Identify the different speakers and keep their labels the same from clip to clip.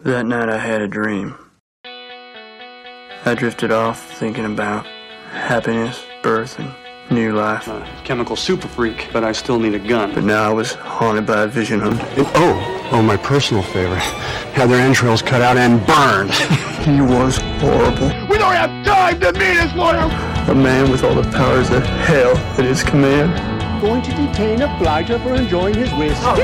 Speaker 1: That night I had a dream. I drifted off thinking about happiness, birth, and new life.
Speaker 2: a chemical super freak, but I still need a gun.
Speaker 1: But now I was haunted by a vision of
Speaker 2: Oh, oh, my personal favorite. Had their entrails cut out and burned.
Speaker 1: he was horrible.
Speaker 3: We don't have time to meet this lawyer.
Speaker 1: A man with all the powers of hell at his command.
Speaker 3: Going to detain a blighter for enjoying his whiskey.
Speaker 4: Oh,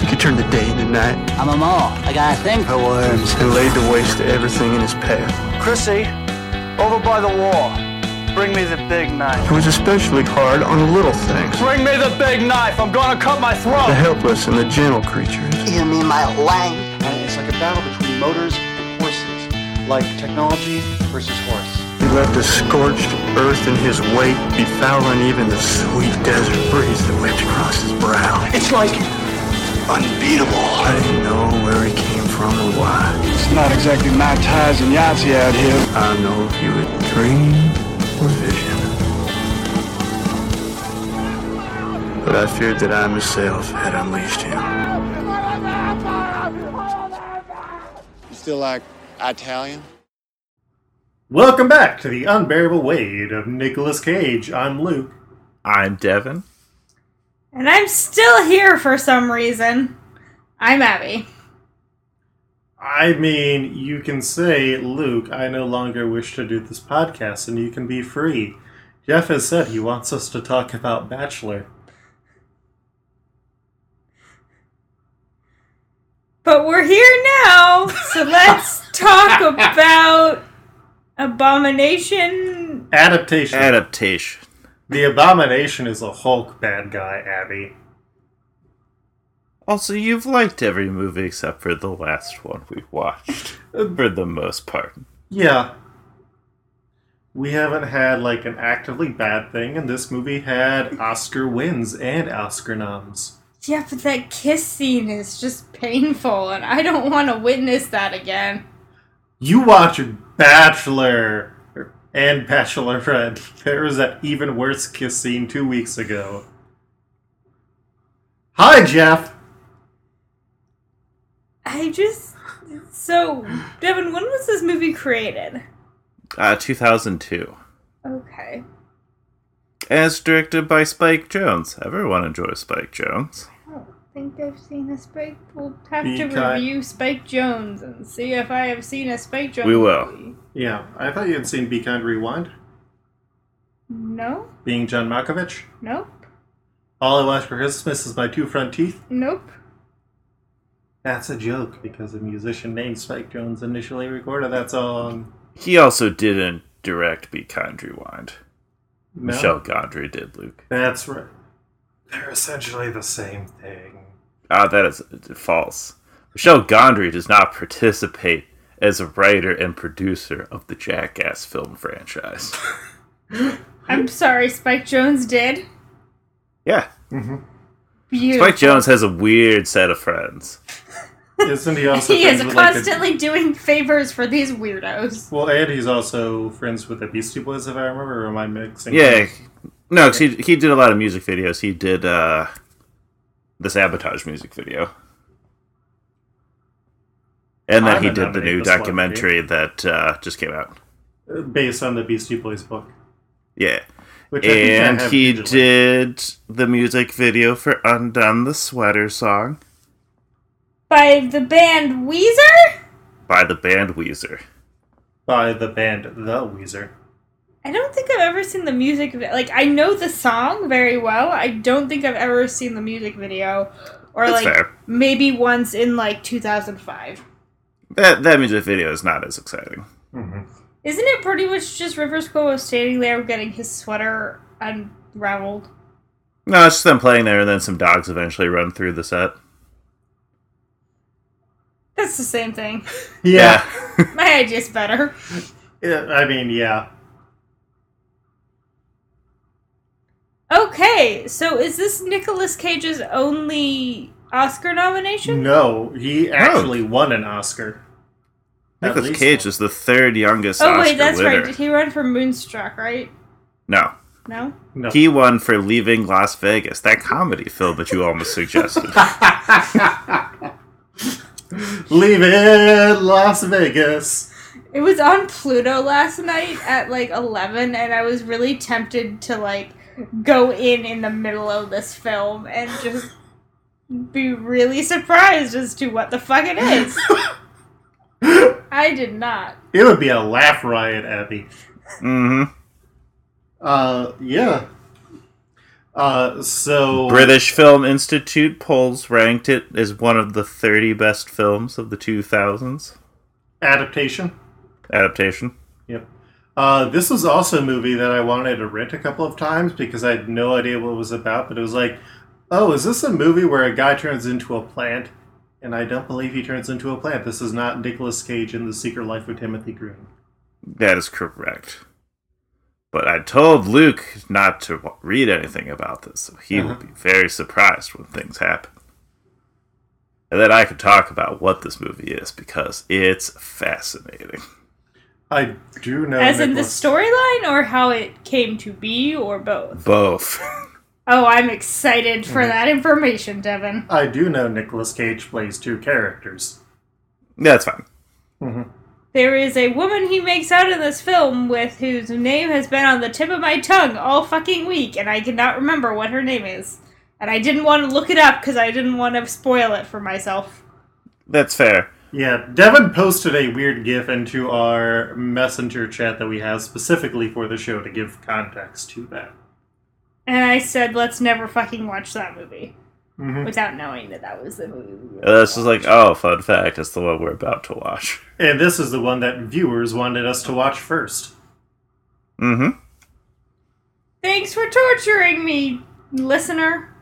Speaker 1: He could turn the day into night
Speaker 4: I'm a mole. I got a thing for worms.
Speaker 1: and laid the waste to everything in his path.
Speaker 5: Chrissy, over by the wall. Bring me the big knife.
Speaker 1: It was especially hard on the little things,
Speaker 5: Bring me the big knife. I'm gonna cut my
Speaker 1: the
Speaker 5: throat.
Speaker 1: helpless and the gentle creatures.
Speaker 4: You mean my wang?
Speaker 3: It's like a battle between motors and horses, like technology versus horse.
Speaker 1: He left a scorched earth in his wake, befouling even the sweet desert breeze that whipped across his brow.
Speaker 3: It's like
Speaker 1: Unbeatable. I didn't know where he came from or why.
Speaker 3: it's not exactly my ties and Yahtzee out here.
Speaker 1: I don't know if he would dream or vision. But I feared that I myself had unleashed him.
Speaker 3: Still like Italian.
Speaker 6: Welcome back to the unbearable weight of Nicolas Cage. I'm Luke.
Speaker 7: I'm Devin.
Speaker 8: And I'm still here for some reason. I'm Abby.
Speaker 6: I mean, you can say, Luke, I no longer wish to do this podcast, and you can be free. Jeff has said he wants us to talk about Bachelor.
Speaker 8: But we're here now, so let's talk about Abomination.
Speaker 6: Adaptation.
Speaker 7: Adaptation.
Speaker 6: the Abomination is a Hulk bad guy, Abby.
Speaker 7: Also, you've liked every movie except for the last one we watched, for the most part.
Speaker 6: Yeah. We haven't had, like, an actively bad thing, and this movie had Oscar wins and Oscar noms.
Speaker 8: Yeah, but that kiss scene is just painful, and I don't want to witness that again.
Speaker 6: You watch Bachelor and Bachelorette. There was that even worse kiss scene two weeks ago. Hi, Jeff.
Speaker 8: I just. So, Devin, when was this movie created?
Speaker 7: Uh, 2002.
Speaker 8: Okay.
Speaker 7: As directed by Spike Jones. Everyone enjoys Spike Jones.
Speaker 8: I don't think I've seen a Spike. We'll have
Speaker 6: Be
Speaker 8: to
Speaker 6: kind.
Speaker 8: review Spike Jones and see if I have seen a Spike Jones.
Speaker 7: We will.
Speaker 8: movie.
Speaker 6: Yeah, I thought you had seen Be Kind Rewind,
Speaker 8: No,
Speaker 6: being John Malkovich.
Speaker 8: nope,
Speaker 6: All I want for Christmas is my two front teeth.
Speaker 8: nope.
Speaker 6: That's a joke because a musician named Spike Jones initially recorded that song.
Speaker 7: He also didn't direct Be Kind Rewind.
Speaker 6: No?
Speaker 7: Michelle Gondry did, Luke.
Speaker 6: That's right. They're essentially the same thing.
Speaker 7: Ah, that is false. Michelle Gondry does not participate as a writer and producer of the Jackass film franchise.
Speaker 8: I'm sorry, Spike Jones did.
Speaker 7: Yeah,
Speaker 8: Beautiful.
Speaker 7: Spike Jones has a weird set of friends.
Speaker 6: Isn't he also
Speaker 8: he
Speaker 6: friends
Speaker 8: is
Speaker 6: with, like, a-
Speaker 8: constantly doing favors for these weirdos.
Speaker 6: Well, and he's also friends with the Beastie Boys, if I remember. Or am I mixing?
Speaker 7: Yeah, no, 'cause he he did a lot of music videos. He did uh, the Sabotage music video, and then
Speaker 6: I'm
Speaker 7: he
Speaker 6: gonna
Speaker 7: did the
Speaker 6: nominate
Speaker 7: new
Speaker 6: this one,
Speaker 7: documentary that uh, just came out.
Speaker 6: Uh, Based on the Beastie Boys book,
Speaker 7: Yeah,
Speaker 6: which I think I
Speaker 7: and
Speaker 6: have
Speaker 7: he
Speaker 6: digitally.
Speaker 7: did the music video for "Undone the Sweater" song
Speaker 8: By the band Weezer?
Speaker 7: by the band Weezer.
Speaker 6: by the band The Weezer.
Speaker 8: I don't think I've ever seen the music. vi- Like, I know the song very well. I don't think I've ever seen the music video. Or,
Speaker 7: That's
Speaker 8: like,
Speaker 7: fair.
Speaker 8: maybe once in, like, 2005.
Speaker 7: That that music video is not as exciting.
Speaker 8: Isn't it pretty much just Rivers Cuomo standing there getting his sweater unraveled?
Speaker 7: No, it's just them playing there, and then some dogs eventually run through the set.
Speaker 8: That's the same thing.
Speaker 6: Yeah.
Speaker 8: My idea's better.
Speaker 6: Yeah, I mean, yeah.
Speaker 8: Okay, so is this Nicolas Cage's only Oscar nomination?
Speaker 6: No,
Speaker 7: Oh.
Speaker 6: he actually won an Oscar. At
Speaker 7: Nicholas
Speaker 6: least-
Speaker 7: Cage is the third youngest
Speaker 8: oh
Speaker 7: Oscar
Speaker 8: wait, that's
Speaker 7: winner.
Speaker 8: right. Did he run for Moonstruck? Right?
Speaker 7: No,
Speaker 8: No.
Speaker 6: No.
Speaker 7: he won for Leaving Las Vegas, that comedy film that you almost suggested.
Speaker 6: Leave it, Las Vegas.
Speaker 8: It was on Pluto last night at like 11, and I was really tempted to like go in in the middle of this film and just be really surprised as to what the fuck it is. I did not.
Speaker 6: It would be a laugh riot, Abby.
Speaker 7: Mm-hmm.
Speaker 6: Uh, yeah. Uh, so
Speaker 7: British Film Institute polls ranked it as one of the 30 best films of the 2000s.
Speaker 6: adaptation.
Speaker 7: Adaptation.
Speaker 6: Yep. Uh, this was also a movie that I wanted to rent a couple of times because I had no idea what it was about, but it was like, oh, is this a movie where a guy turns into a plant? And I don't believe he turns into a plant. This is not Nicolas Cage in The Secret Life of Timothy Green.
Speaker 7: That is correct. But I told Luke not to w- read anything about this, so he will be very surprised when things happen. And then I could talk about what this movie is because it's fascinating.
Speaker 6: I do know.
Speaker 8: As in the
Speaker 6: Nicolas-
Speaker 8: storyline or how it came to be or both?
Speaker 7: Both.
Speaker 8: Oh, I'm excited for that information, Devin.
Speaker 6: I do know Nicolas Cage plays two characters.
Speaker 7: That's fine.
Speaker 8: There is a woman he makes out in this film with whose name has been on the tip of my tongue all fucking week, and I cannot remember what her name is. And I didn't want to look it up because I didn't want to spoil it for myself.
Speaker 7: That's fair.
Speaker 6: Yeah, Devin posted a weird GIF into our messenger chat that we have specifically for the show to give context to that.
Speaker 8: And I said, let's never fucking watch that movie. Without knowing that that was the movie. we were-
Speaker 7: And this is like, oh, fun fact, it's the one we're about to watch.
Speaker 6: And this is the one that viewers wanted us to watch first.
Speaker 7: Mm-hmm.
Speaker 8: Thanks for torturing me, listener.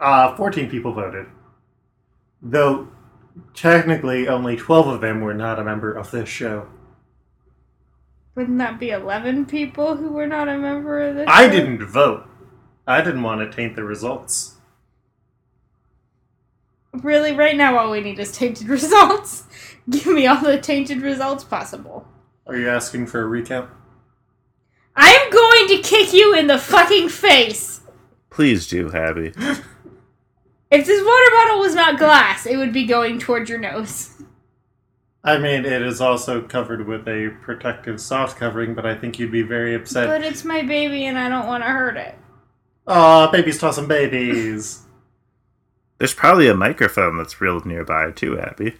Speaker 6: Uh, 14 people voted. Though, technically, only 12 of them were not a member of this show.
Speaker 8: Wouldn't that be 11 people who were not a member of this?
Speaker 6: I
Speaker 8: show?
Speaker 6: didn't vote. I didn't want to taint the results.
Speaker 8: Really, right now, all we need is tainted results. Give me all the tainted results possible.
Speaker 6: Are you asking for a recount?
Speaker 8: I'm going to kick you in the fucking face!
Speaker 7: Please do, Abby.
Speaker 8: If this water bottle was not glass, it would be going toward your nose.
Speaker 6: I mean, it is also covered with a protective soft covering, but I think you'd be very upset.
Speaker 8: But it's my baby and I don't want to hurt it.
Speaker 6: Aw, babies tossing babies.
Speaker 7: There's probably a microphone that's real nearby too, Abby.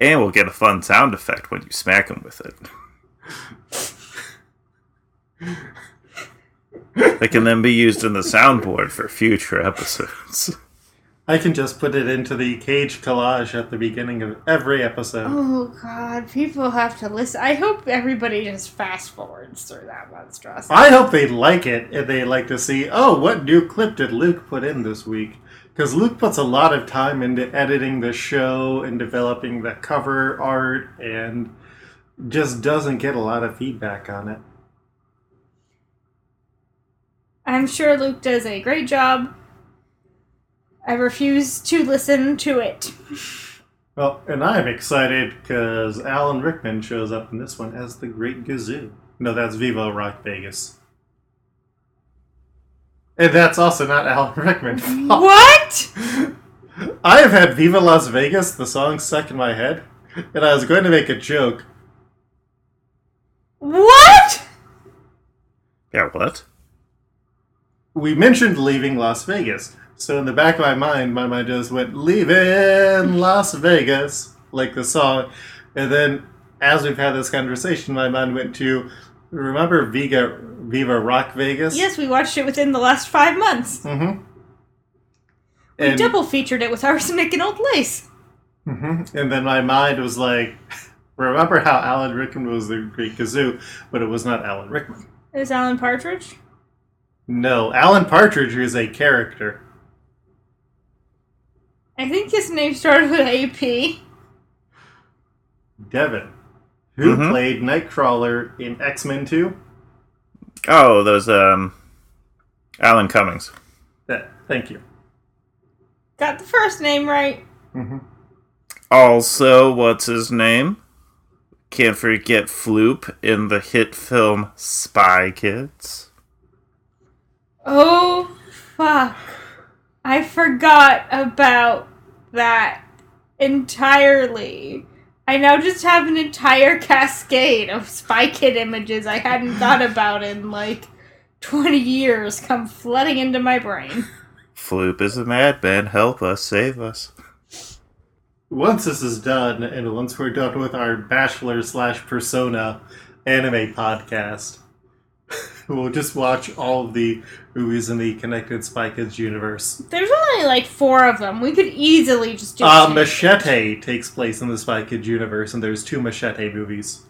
Speaker 7: And we'll get a fun sound effect when you smack him with it. that can then be used in the soundboard for future episodes.
Speaker 6: I can just put it into the cage collage at the beginning of every episode.
Speaker 8: Oh god, people have to listen. I hope everybody just fast forwards through that monstrosity.
Speaker 6: I hope they like it and they like to see, oh, what new clip did Luke put in this week? Because Luke puts a lot of time into editing the show and developing the cover art and just doesn't get a lot of feedback on it.
Speaker 8: I'm sure Luke does a great job. I refuse to listen to it.
Speaker 6: Well, and I'm excited because Alan Rickman shows up in this one as the Great Gazoo. No, that's Viva Rock Vegas. And that's also not Alan Rickman.
Speaker 8: What?
Speaker 6: I have had Viva Las Vegas, the song, stuck in my head, and I was going to make a joke.
Speaker 8: What?
Speaker 7: Yeah, what?
Speaker 6: We mentioned leaving Las Vegas, so in the back of my mind, my mind just went, Leaving Las Vegas, like the song. And then as we've had this conversation, my mind went to, Remember Viva, Viva Rock Vegas?
Speaker 8: Yes, we watched it within the last five months.
Speaker 6: Mm-hmm.
Speaker 8: We
Speaker 6: And,
Speaker 8: double featured it with Arsenic and Old Lace.
Speaker 6: Mhm. and then my mind was like, remember how Alan Rickman was the Great Kazoo, but it was not Alan Rickman.
Speaker 8: It was Alan Partridge.
Speaker 6: No, Alan Partridge is a character.
Speaker 8: I think his name started with AP.
Speaker 6: Devin, who
Speaker 7: Mhm.
Speaker 6: played Nightcrawler in X Men 2.
Speaker 7: Oh, those um Alan Cummings.
Speaker 6: That, thank you.
Speaker 8: Got the first name right.
Speaker 7: Also, what's his name? Can't forget Floop in the hit film Spy Kids.
Speaker 8: Oh, fuck. I forgot about that entirely. I now just have an entire cascade of Spy Kid images I hadn't thought about in like 20 years come flooding into my brain.
Speaker 7: Floop is a madman. Help us, save us.
Speaker 6: Once this is done, and once we're done with our Bachelor slash Persona anime podcast, we'll just watch all of the movies in the connected Spy Kids universe.
Speaker 8: There's only like four of them. We could easily just do
Speaker 6: Uh,
Speaker 8: two.
Speaker 6: Machete takes place in the Spy Kids universe, and there's two Machete movies.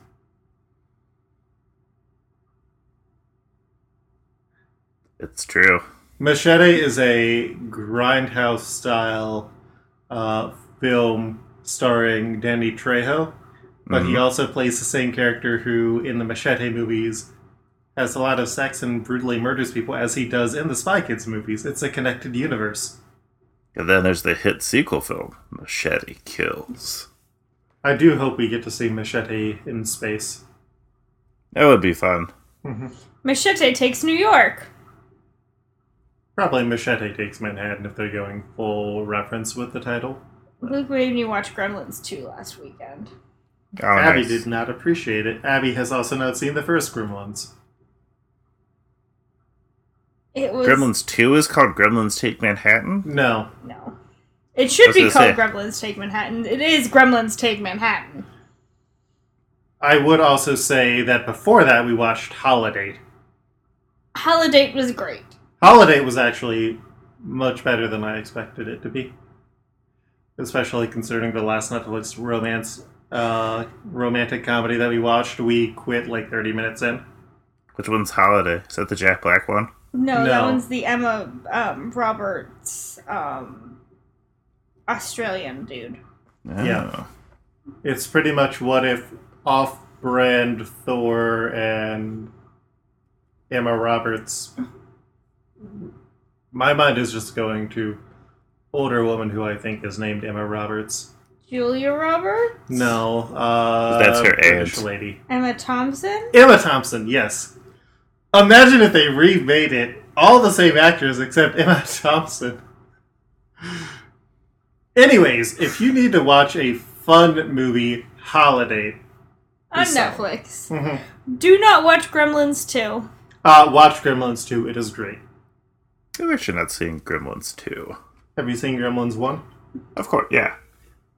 Speaker 7: It's true.
Speaker 6: Machete is a grindhouse style uh, film starring Danny Trejo, but
Speaker 7: Mm-hmm.
Speaker 6: he also plays the same character who, in the Machete movies, has a lot of sex and brutally murders people, as he does in the Spy Kids movies. It's a connected universe.
Speaker 7: And then there's the hit sequel film, Machete Kills.
Speaker 6: I do hope we get to see Machete in space.
Speaker 7: That would be fun.
Speaker 8: Machete takes New York.
Speaker 6: Probably Machete takes Manhattan if they're going full reference with the title.
Speaker 8: Luke made me watch Gremlins 2 last weekend.
Speaker 7: Oh,
Speaker 6: Abby
Speaker 7: nice.
Speaker 6: did not appreciate it. Abby has also not seen the first Gremlins.
Speaker 8: It was.
Speaker 7: Gremlins 2 is called Gremlins Take Manhattan?
Speaker 6: No,
Speaker 8: No. It
Speaker 7: I
Speaker 8: should
Speaker 7: was
Speaker 8: be
Speaker 7: gonna
Speaker 8: called
Speaker 7: say-
Speaker 8: Gremlins Take Manhattan. It is Gremlins Take Manhattan.
Speaker 6: I would also say that before that we watched Holiday.
Speaker 8: Holiday was great.
Speaker 6: Holiday was actually much better than I expected it to be, especially considering the last Netflix romance uh, romantic comedy that we watched. We quit like thirty minutes in.
Speaker 7: Which one's Holiday? Is that the Jack Black one?
Speaker 8: No,
Speaker 6: No.
Speaker 8: that one's the Emma um, Roberts um, Australian dude.
Speaker 6: Yeah. It's pretty much what if off-brand Thor and Emma Roberts. My mind is just going to older woman who I think is named Emma Roberts.
Speaker 8: Julia Roberts?
Speaker 6: No, uh,
Speaker 7: That's her
Speaker 6: British
Speaker 7: aunt.
Speaker 6: lady.
Speaker 8: Emma Thompson?
Speaker 6: Emma Thompson. Yes. Imagine if they remade it, all the same actors except Emma Thompson. Anyways, if you need to watch a fun movie, Holiday,
Speaker 8: On
Speaker 6: Who's that
Speaker 8: Netflix.
Speaker 6: Mhm.
Speaker 7: Mm-hmm.
Speaker 8: Do not watch Gremlins 2.
Speaker 6: uh, watch Gremlins 2. It is great.
Speaker 7: I'm actually not seeing Gremlins 2.
Speaker 6: Have you seen Gremlins 1?
Speaker 7: Of course, yeah.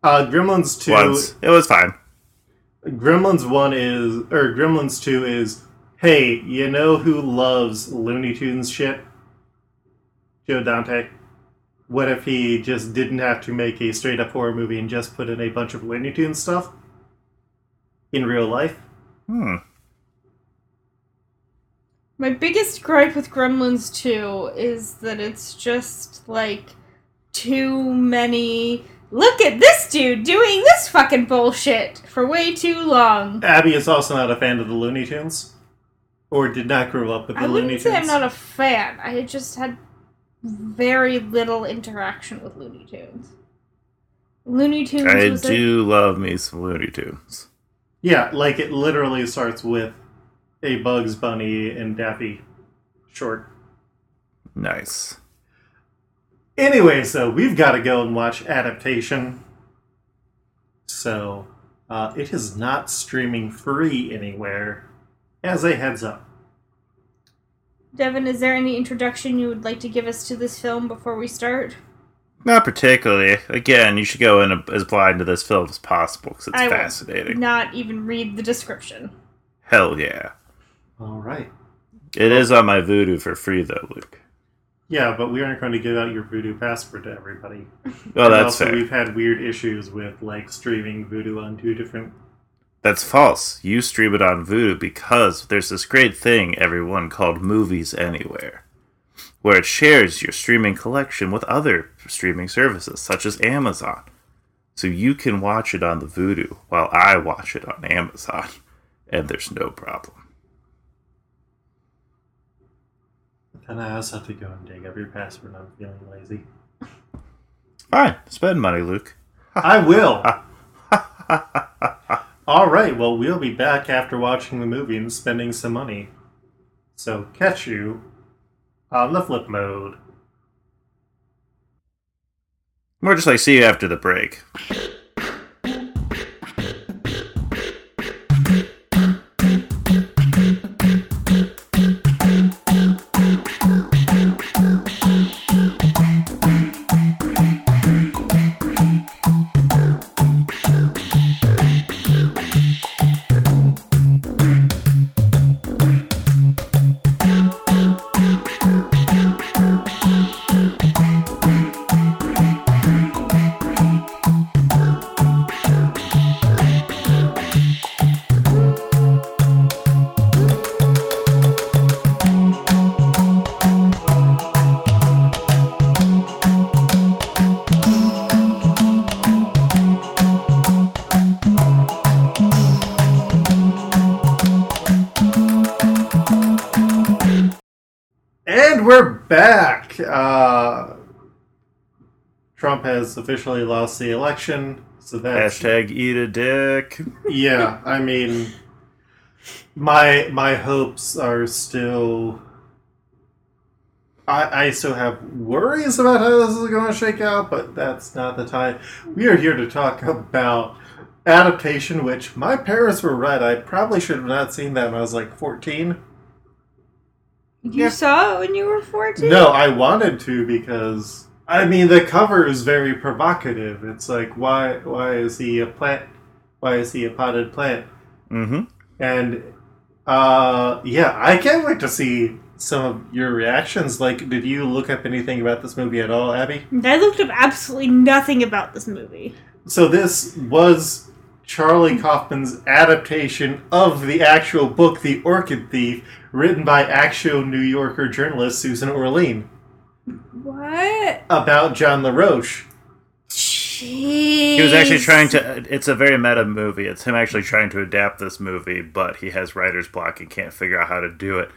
Speaker 6: Uh, Gremlins 2.
Speaker 7: Once. It was fine.
Speaker 6: Gremlins 1 is, or Gremlins 2 is, hey, you know who loves Looney Tunes shit? Joe Dante. What if he just didn't have to make a straight up horror movie and just put in a bunch of Looney Tunes stuff? In real life?
Speaker 7: Hmm.
Speaker 8: My biggest gripe with Gremlins 2 is that it's just like too many. Look at this dude doing this fucking bullshit for way too long.
Speaker 6: Abby is also not a fan of the Looney Tunes. Or did not grow up with the
Speaker 8: I
Speaker 6: Looney
Speaker 8: wouldn't
Speaker 6: Tunes.
Speaker 8: say I'm not a fan. I just had very little interaction with Looney Tunes. Looney Tunes
Speaker 7: I
Speaker 8: was a-
Speaker 7: do love me some Looney Tunes.
Speaker 6: yeah, like it literally starts with a Bugs Bunny and Daffy short.
Speaker 7: Nice.
Speaker 6: Anyway, so we've got to go and watch Adaptation. So uh, it is not streaming free anywhere. As a heads up,
Speaker 8: Devin, is there any introduction you would like to give us to this film before we start?
Speaker 7: Not particularly. Again, you should go in as blind to this film as possible because it's
Speaker 8: I will
Speaker 7: fascinating.
Speaker 8: Not even read the description.
Speaker 7: Hell yeah.
Speaker 6: all right.
Speaker 7: It is on my voodoo for free though, Luke.
Speaker 6: Yeah, but we aren't going to give out your Voodoo password to everybody.
Speaker 7: Oh,
Speaker 6: And
Speaker 7: that's
Speaker 6: also,
Speaker 7: fair.
Speaker 6: We've had weird issues with like streaming Voodoo on two different.
Speaker 7: That's false. You stream it on Voodoo because there's this great thing, everyone, called Movies Anywhere, where it shares your streaming collection with other streaming services, such as Amazon. So you can watch it on the Voodoo while I watch it on Amazon, and there's no problem.
Speaker 6: But then I also have to go and dig up your password. I'm feeling lazy.
Speaker 7: Fine, spend money, Luke.
Speaker 6: I will. All right. Well, we'll be back after watching the movie and spending some money. So catch you on the flip mode.
Speaker 7: More just like see you after the break.
Speaker 6: And we're back. Uh, Trump has officially lost the election, so that's
Speaker 7: Hashtag eat a dick.
Speaker 6: yeah. I mean, my my hopes are still. I, I still have worries about how this is going to shake out, but that's not the time. We are here to talk about adaptation, which my parents were right. I probably should have not seen that when I was like 14.
Speaker 8: You saw it when you were 14?
Speaker 6: No, I wanted to because I mean the cover is very provocative. It's like why why is he a plant? Why is he a potted plant?
Speaker 7: Mm-hmm.
Speaker 6: And uh, yeah, I can't wait to see some of your reactions. Like, did you look up anything about this movie at all, Abby?
Speaker 8: I looked up absolutely nothing about this movie.
Speaker 6: So this was Charlie Kaufman's adaptation of the actual book, The Orchid Thief, written by actual New Yorker journalist Susan Orlean
Speaker 8: What?
Speaker 6: about John LaRoche.
Speaker 8: Jeez.
Speaker 7: He was actually trying to. It's a very meta movie. It's him actually trying to adapt this movie, but he has writer's block and can't figure out how to do it.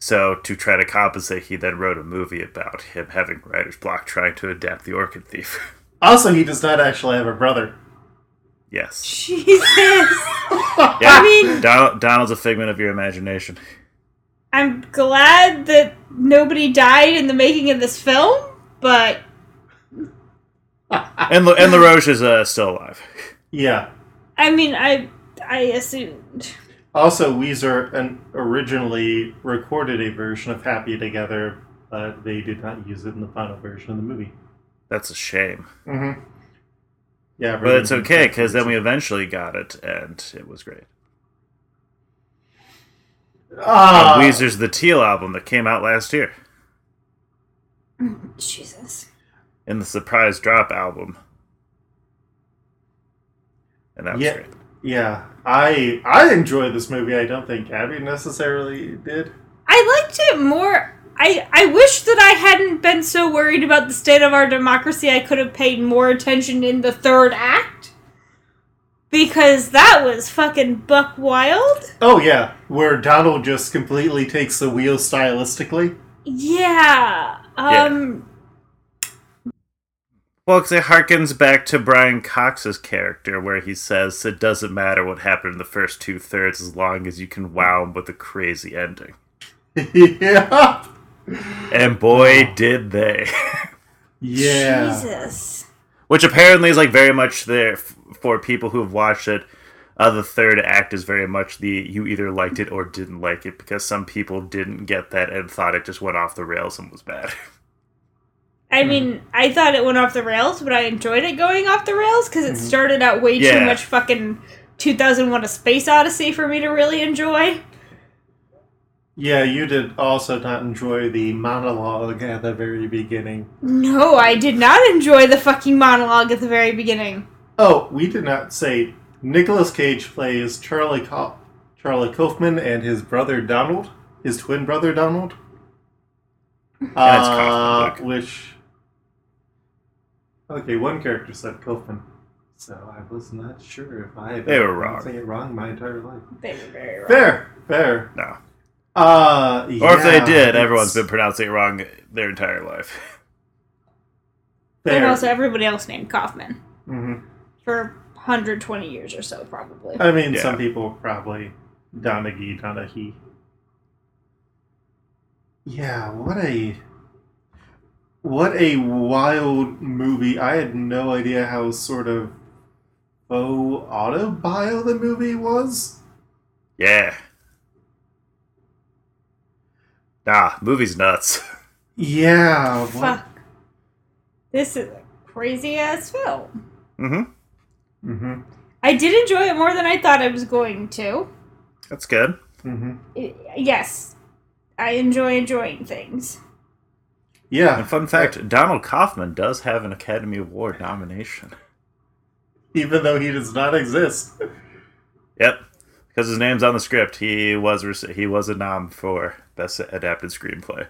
Speaker 7: So, to try to compensate, he then wrote a movie about him having writer's block trying to adapt The Orchid Thief.
Speaker 6: Also, he does not actually have a brother.
Speaker 7: yes.
Speaker 8: Jesus.
Speaker 7: Yeah.
Speaker 8: mean-
Speaker 7: Donald, Donald's a figment of your imagination.
Speaker 8: I'm glad that nobody died in the making of this film, but
Speaker 7: And, La- and LaRoche is uh, still alive.
Speaker 6: Yeah.
Speaker 8: I mean, I I assumed.
Speaker 6: Also, Weezer an, originally recorded a version of Happy Together, but they did not use it in the final version of the movie.
Speaker 7: That's a shame.
Speaker 6: Mm-hmm. Yeah,
Speaker 7: But it's okay, because then we eventually got it, and it was great.
Speaker 6: Ah, Uh,
Speaker 7: And Weezer's The Teal album that came out last year.
Speaker 8: Jesus.
Speaker 7: in the surprise drop album. And that was
Speaker 6: yeah,
Speaker 7: great.
Speaker 6: yeah. I I enjoy this movie. I don't think Abby necessarily did.
Speaker 8: I liked it more. I, I wish that I hadn't been so worried about the state of our democracy, I could have paid more attention in the third act. Because that was fucking buck wild.
Speaker 6: Oh yeah, where Donald just completely takes the wheel stylistically.
Speaker 8: Yeah. Um,
Speaker 7: Well, 'cause it harkens back to Brian Cox's character, where he says it doesn't matter what happened in the first two thirds as long as you can wow 'em with a crazy ending.
Speaker 6: yeah.
Speaker 7: And boy, did they.
Speaker 6: Yeah.
Speaker 8: Jesus.
Speaker 7: Which apparently is like very much there f- for people who have watched it. Uh, the third act is very much the you either liked it or didn't like it because some people didn't get that and thought it just went off the rails and was bad.
Speaker 8: I
Speaker 6: Hmm.
Speaker 8: mean, I thought it went off the rails, but I enjoyed it going off the rails because
Speaker 6: Hmm.
Speaker 8: it started out way too
Speaker 7: Yeah.
Speaker 8: much fucking 2001 A Space Odyssey for me to really enjoy.
Speaker 6: Yeah, you did also not enjoy the monologue at the very beginning.
Speaker 8: No, I did not enjoy the fucking monologue at the very beginning.
Speaker 6: Oh, we did not say Nicolas Cage plays Charlie Co- Charlie Kaufman and his brother Donald, his twin brother Donald.
Speaker 7: it's
Speaker 6: Uh,
Speaker 7: Kaufman,
Speaker 6: which okay, one character said Kaufman, so I was not sure if I
Speaker 7: They were wrong.
Speaker 6: Saying it wrong my entire life.
Speaker 8: They were very wrong.
Speaker 6: Fair, fair.
Speaker 7: No.
Speaker 6: Uh,
Speaker 7: Or if they did, everyone's been pronouncing it wrong their entire life.
Speaker 8: And
Speaker 6: there.
Speaker 8: also everybody else named Kaufman
Speaker 6: hmm
Speaker 8: for 120 years or so, probably.
Speaker 6: I mean,
Speaker 7: Yeah.
Speaker 6: some people probably Donaghy, Donaghy. Yeah, what a what a wild movie! I had no idea how sort of faux autobio the movie was.
Speaker 7: Yeah. Nah, movie's nuts.
Speaker 6: Yeah, what?
Speaker 8: Fuck. This is a crazy ass film.
Speaker 7: Mm-hmm.
Speaker 6: hmm
Speaker 8: I did enjoy it more than I thought I was going to.
Speaker 7: That's good.
Speaker 6: hmm
Speaker 8: I- yes, I enjoy enjoying things.
Speaker 7: And
Speaker 6: Yeah,
Speaker 7: fun fact, Donald Kaufman does have an Academy Award nomination.
Speaker 6: even though he does not exist.
Speaker 7: Yep. Because his name's on the script, he was rec- he was a nom for best adapted screenplay.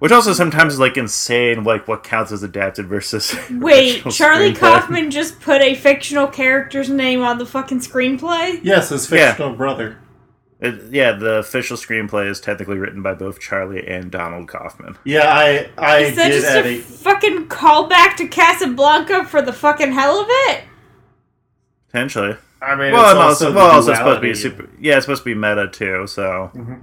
Speaker 7: Which also sometimes is like insane, like what counts as adapted versus
Speaker 8: Wait,
Speaker 7: original
Speaker 8: Charlie
Speaker 7: screenplay.
Speaker 8: Kaufman just put a fictional character's name on the fucking screenplay?
Speaker 6: Yes, his
Speaker 7: Yeah.
Speaker 6: fictional brother.
Speaker 7: It, yeah, the official screenplay is technically written by both Charlie and Donald Kaufman.
Speaker 6: Yeah, I I
Speaker 8: Is that
Speaker 6: did
Speaker 8: just
Speaker 6: add
Speaker 8: a
Speaker 6: a
Speaker 8: fucking callback to Casablanca for the fucking hell of it?
Speaker 7: Potentially.
Speaker 6: I mean,
Speaker 7: well,
Speaker 6: it's
Speaker 7: and
Speaker 6: also,
Speaker 7: also,
Speaker 6: the
Speaker 7: well, also it's supposed to
Speaker 6: duality.
Speaker 7: be super. Yeah, it's supposed to be meta too. So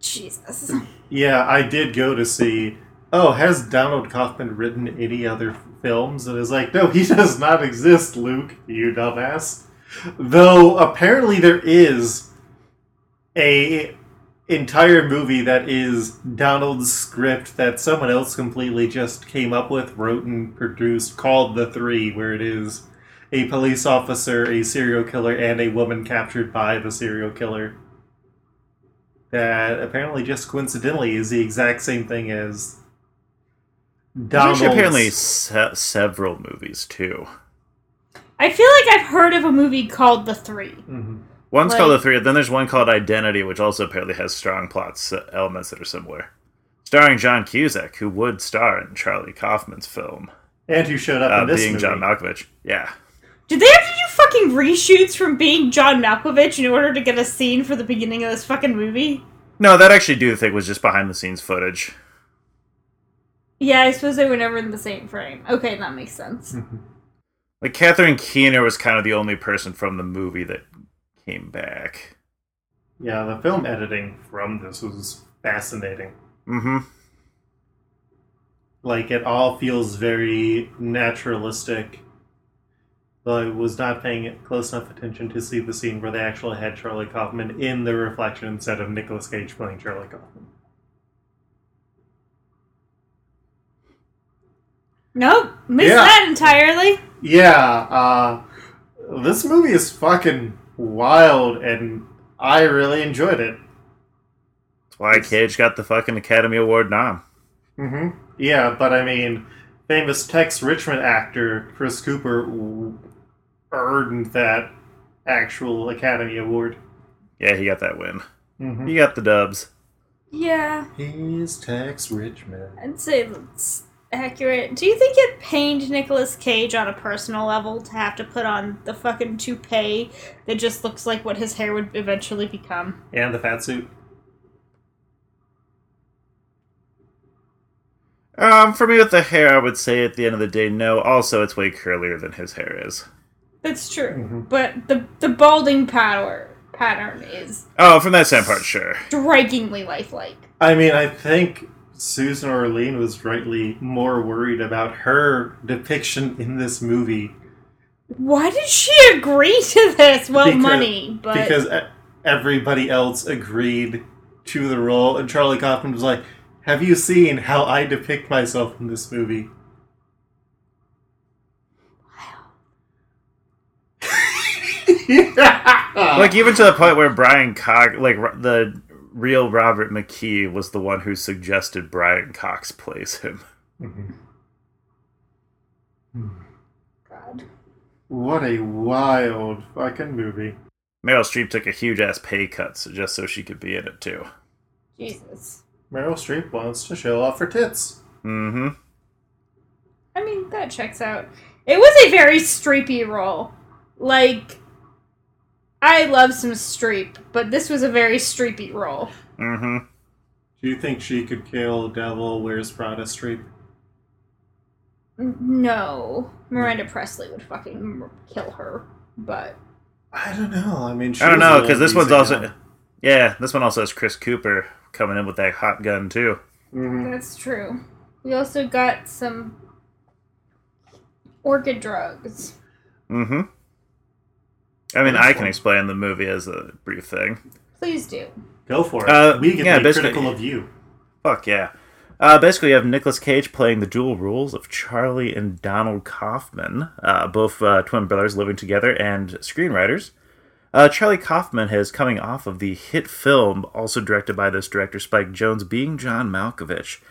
Speaker 8: Jesus.
Speaker 6: Yeah, I did go to see. Oh, has Donald Kaufman written any other films? And it's like, no, he does not exist, Luke. You dumbass. Though apparently there is a entire movie that is Donald's script that someone else completely just came up with, wrote, and produced, called The Three, where it is a police officer, a serial killer, and a woman captured by the serial killer. That apparently just coincidentally is the exact same thing as
Speaker 7: there's
Speaker 6: Donald's.
Speaker 7: actually apparently se- several movies too.
Speaker 8: I feel like I've heard of a movie called The Three.
Speaker 6: Mm-hmm.
Speaker 7: One's called The
Speaker 8: Like-
Speaker 7: Three, then there's one called Identity, which also apparently has strong plots uh, elements that are similar. Starring John Cusack, who would star in Charlie Kaufman's film,
Speaker 6: and who showed up
Speaker 7: uh,
Speaker 6: in this
Speaker 7: being
Speaker 6: movie.
Speaker 7: John Malkovich. Yeah.
Speaker 8: Did they have to do fucking reshoots from being John Malkovich in order to get a scene for the beginning of this fucking movie?
Speaker 7: No, that actually do the thing was just behind the scenes footage.
Speaker 8: Yeah, I suppose they were never in the same frame. Okay, that makes sense.
Speaker 6: Mm-hmm.
Speaker 7: Like Catherine Keener was kind of the only person from the movie that came back.
Speaker 6: yeah, the film editing from this was fascinating.
Speaker 7: Mm-hmm.
Speaker 6: like it all feels very naturalistic. Though I was not paying close enough attention to see the scene where they actually had Charlie Kaufman in the reflection instead of Nicolas Cage playing Charlie Kaufman.
Speaker 8: Nope, missed
Speaker 6: Yeah.
Speaker 8: that entirely.
Speaker 6: Yeah, uh, this movie is fucking wild, and I really enjoyed it.
Speaker 7: That's why Cage got the fucking Academy Award nom.
Speaker 6: Mm-hmm. Yeah, but I mean, famous Tex Richmond actor Chris Cooper w- earned that actual Academy Award.
Speaker 7: Yeah, he got that win.
Speaker 6: Mm-hmm.
Speaker 7: He got the dubs.
Speaker 8: Yeah,
Speaker 6: He's Tex Richmond.
Speaker 8: I'd say that's accurate. Do you think it pained Nicolas Cage on a personal level to have to put on the fucking toupee that just looks like what his hair would eventually become?
Speaker 6: And the fat suit.
Speaker 7: Um, for me with the hair, I would say at the end of the day, no. Also, it's way curlier than his hair is.
Speaker 8: That's true,
Speaker 6: Mm-hmm.
Speaker 8: but the the balding pattern pattern is
Speaker 7: Oh, from that same part, sure.
Speaker 8: strikingly lifelike.
Speaker 6: I mean, I think Susan Orlean was rightly more worried about her depiction in this movie.
Speaker 8: Why did she agree to this? Well,
Speaker 6: Because-
Speaker 8: money, but
Speaker 6: Because e- everybody else agreed to the role, and Charlie Kaufman was like, Have you seen how I depict myself in this movie?
Speaker 7: Like even to the point where Brian Cox, like r- the real Robert McKee, was the one who suggested Brian Cox plays him.
Speaker 6: What a wild fucking movie.
Speaker 7: Meryl Streep took a huge ass pay cut so just so she could be in it too.
Speaker 8: Jesus.
Speaker 6: Meryl Streep wants to show off her tits.
Speaker 7: Mm-hmm.
Speaker 8: I mean, that checks out. It was a very streepy role. Like, I love some streep, but this was a very streepy role.
Speaker 7: Mm-hmm.
Speaker 6: Do you think she could kill Devil Wears Prada Streep?
Speaker 8: N- No, Miranda Presley would fucking m- kill her, but
Speaker 6: I don't know. I mean, she
Speaker 7: I don't
Speaker 6: was
Speaker 7: know
Speaker 6: an
Speaker 7: because
Speaker 6: old
Speaker 7: this one's
Speaker 6: music
Speaker 7: also,
Speaker 6: icon.
Speaker 7: yeah, this one also has Chris Cooper coming in with that hot gun too.
Speaker 8: that's true. We also got some orchid drugs.
Speaker 7: Mm-hmm. I mean, I can explain the movie as a brief thing.
Speaker 8: Please do.
Speaker 6: Go for it.
Speaker 7: Uh,
Speaker 6: we get
Speaker 7: yeah,
Speaker 6: to be
Speaker 7: basically-
Speaker 6: critical of you.
Speaker 7: Fuck yeah. Uh, basically, you have Nicolas Cage playing the dual roles of Charlie and Donald Kaufman, uh, both uh, twin brothers living together and screenwriters. Uh, Charlie Kaufman is coming off of the hit film, also directed by this director Spike Jones, being John Malkovich,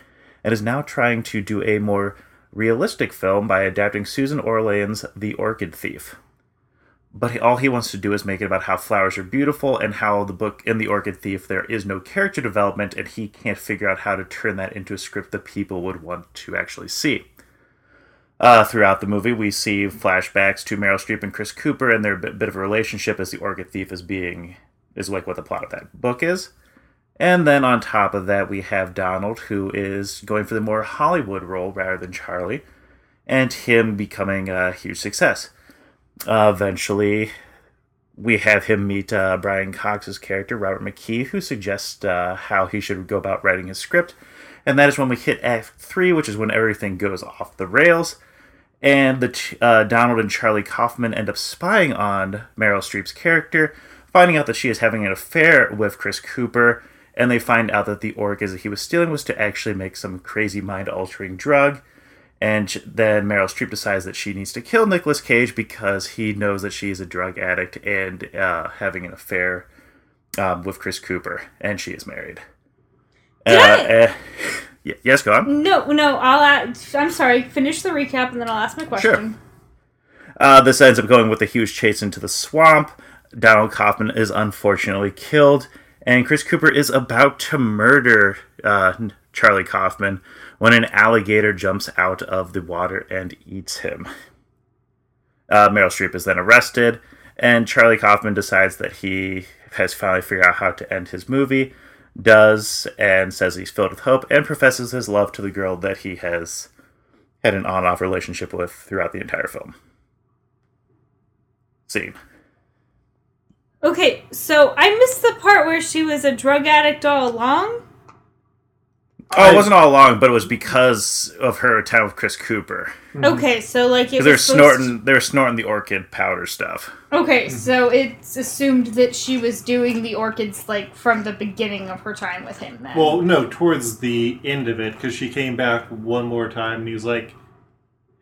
Speaker 7: and is now trying to do a more realistic film by adapting Susan Orlean's The Orchid Thief. But he, all he wants to do is make it about how flowers are beautiful and how the book in The Orchid Thief there is no character development, and he can't figure out how to turn that into a script that people would want to actually see. Uh, throughout the movie, we see flashbacks to Meryl Streep and Chris Cooper and their bit, bit of a relationship as the Orchid Thief is being is like what the plot of that book is. And then on top of that, we have Donald, who is going for the more Hollywood role rather than Charlie, and him becoming a huge success. Uh, eventually, we have him meet uh, Brian Cox's character, Robert McKee, who suggests uh, how he should go about writing his script. And that is when we hit Act 3, which is when everything goes off the rails. And the ch- uh, Donald and Charlie Kaufman end up spying on Meryl Streep's character, finding out that she is having an affair with Chris Cooper. And they find out that the organs that he was stealing was to actually make some crazy mind altering drug. And sh- then Meryl Streep decides that she needs to kill Nicolas Cage because he knows that she is a drug addict and uh, having an affair um, with Chris Cooper, and she is married.
Speaker 8: Did I-
Speaker 7: uh, y- yes, go on.
Speaker 8: No, no, I'll add, I'm sorry, finish the recap and then I'll ask my question.
Speaker 7: Uh, this ends up going with a huge chase into the swamp. Donald Kaufman is unfortunately killed, and Chris Cooper is about to murder uh, Charlie Kaufman when an alligator jumps out of the water and eats him. Uh, Meryl Streep is then arrested, and Charlie Kaufman decides that he has finally figured out how to end his movie, does, and says he's filled with hope, and professes his love to the girl that he has had an on off relationship with throughout the entire film scene.
Speaker 8: Okay, so I missed the part where she was a drug addict all along.
Speaker 7: Oh, it wasn't all along, but it was because of her attempt with Chris Cooper.
Speaker 6: Mm-hmm.
Speaker 8: Okay, so like it
Speaker 7: Because they were
Speaker 8: was supposed to-
Speaker 7: snorting, they were snorting the orchid powder stuff.
Speaker 8: Okay,
Speaker 6: Mm-hmm.
Speaker 8: so it's assumed that she was doing the orchids like from the beginning of her time with him. Then.
Speaker 6: Well, no, towards the end of it, because she came back one more time and he was like,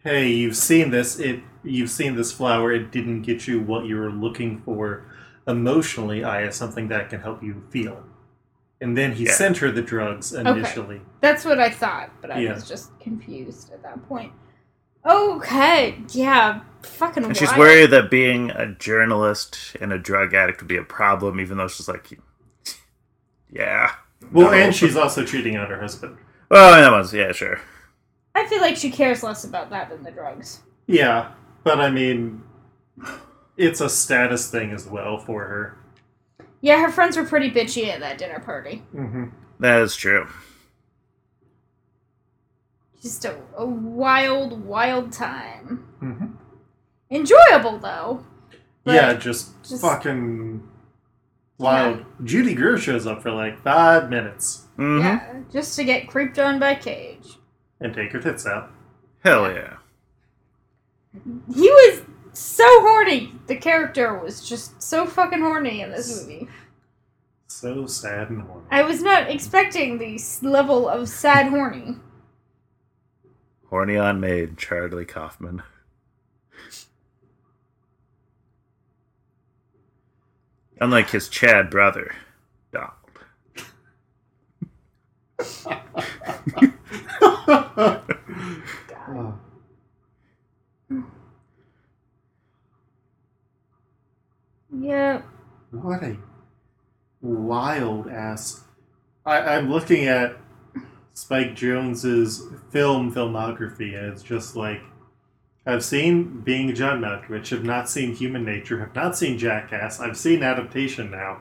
Speaker 6: "Hey, you've seen this. It, you've seen this flower. It didn't get you what you were looking for emotionally. I have something that can help you feel." And then he
Speaker 7: Yeah.
Speaker 6: sent her the drugs initially.
Speaker 8: That's what I thought, but I
Speaker 6: Yeah.
Speaker 8: was just confused at that point. Okay, yeah, fucking.
Speaker 7: And she's
Speaker 8: wild.
Speaker 7: worried that being a journalist and a drug addict would be a problem, even though she's like, yeah.
Speaker 6: Well,
Speaker 7: No.
Speaker 6: and she's also cheating on her husband.
Speaker 7: Well, that one's, yeah, sure.
Speaker 8: I feel like she cares less about that than the drugs.
Speaker 6: Yeah, but I mean, it's a status thing as well for her.
Speaker 8: Yeah, her friends were pretty bitchy at that dinner party.
Speaker 6: Mm-hmm,
Speaker 7: That is true.
Speaker 8: Just a, a wild, wild time.
Speaker 6: Mhm.
Speaker 8: Enjoyable though. But-
Speaker 6: yeah, just,
Speaker 8: just-
Speaker 6: fucking wild. Judy Greer shows up for like five minutes
Speaker 7: hmm
Speaker 8: Yeah, just to get creeped on by Cage.
Speaker 6: and take her tits out.
Speaker 7: Hell yeah.
Speaker 8: He was so horny. The character was just so fucking horny in this movie.
Speaker 6: So sad and horny.
Speaker 8: I was not expecting this level of sad horny.
Speaker 7: Horny on maid, Charlie Kaufman. Unlike his Chad brother, Donald.
Speaker 6: Oh.
Speaker 8: Yeah.
Speaker 6: What a wild ass. I, I'm looking at Spike Jones's film filmography, and it's just like I've seen Being John Malkovich, have not seen Human Nature, have not seen Jackass. I've seen Adaptation now,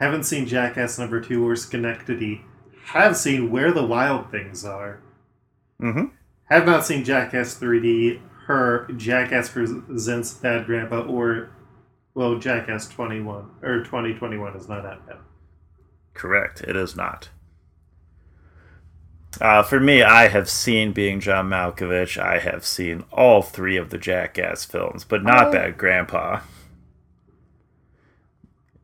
Speaker 6: haven't seen Jackass Number Two or Schenectady. Have seen Where the Wild Things Are.
Speaker 7: Mm-hmm.
Speaker 6: Have not seen Jackass 3D, her Jackass Presents Bad Grandpa, or, well, Jackass 21, or 2021 is not out yet.
Speaker 7: Correct. It is not. Uh, for me, I have seen Being John Malkovich. I have seen all three of the Jackass films, but not
Speaker 8: Oh.
Speaker 7: Bad Grandpa.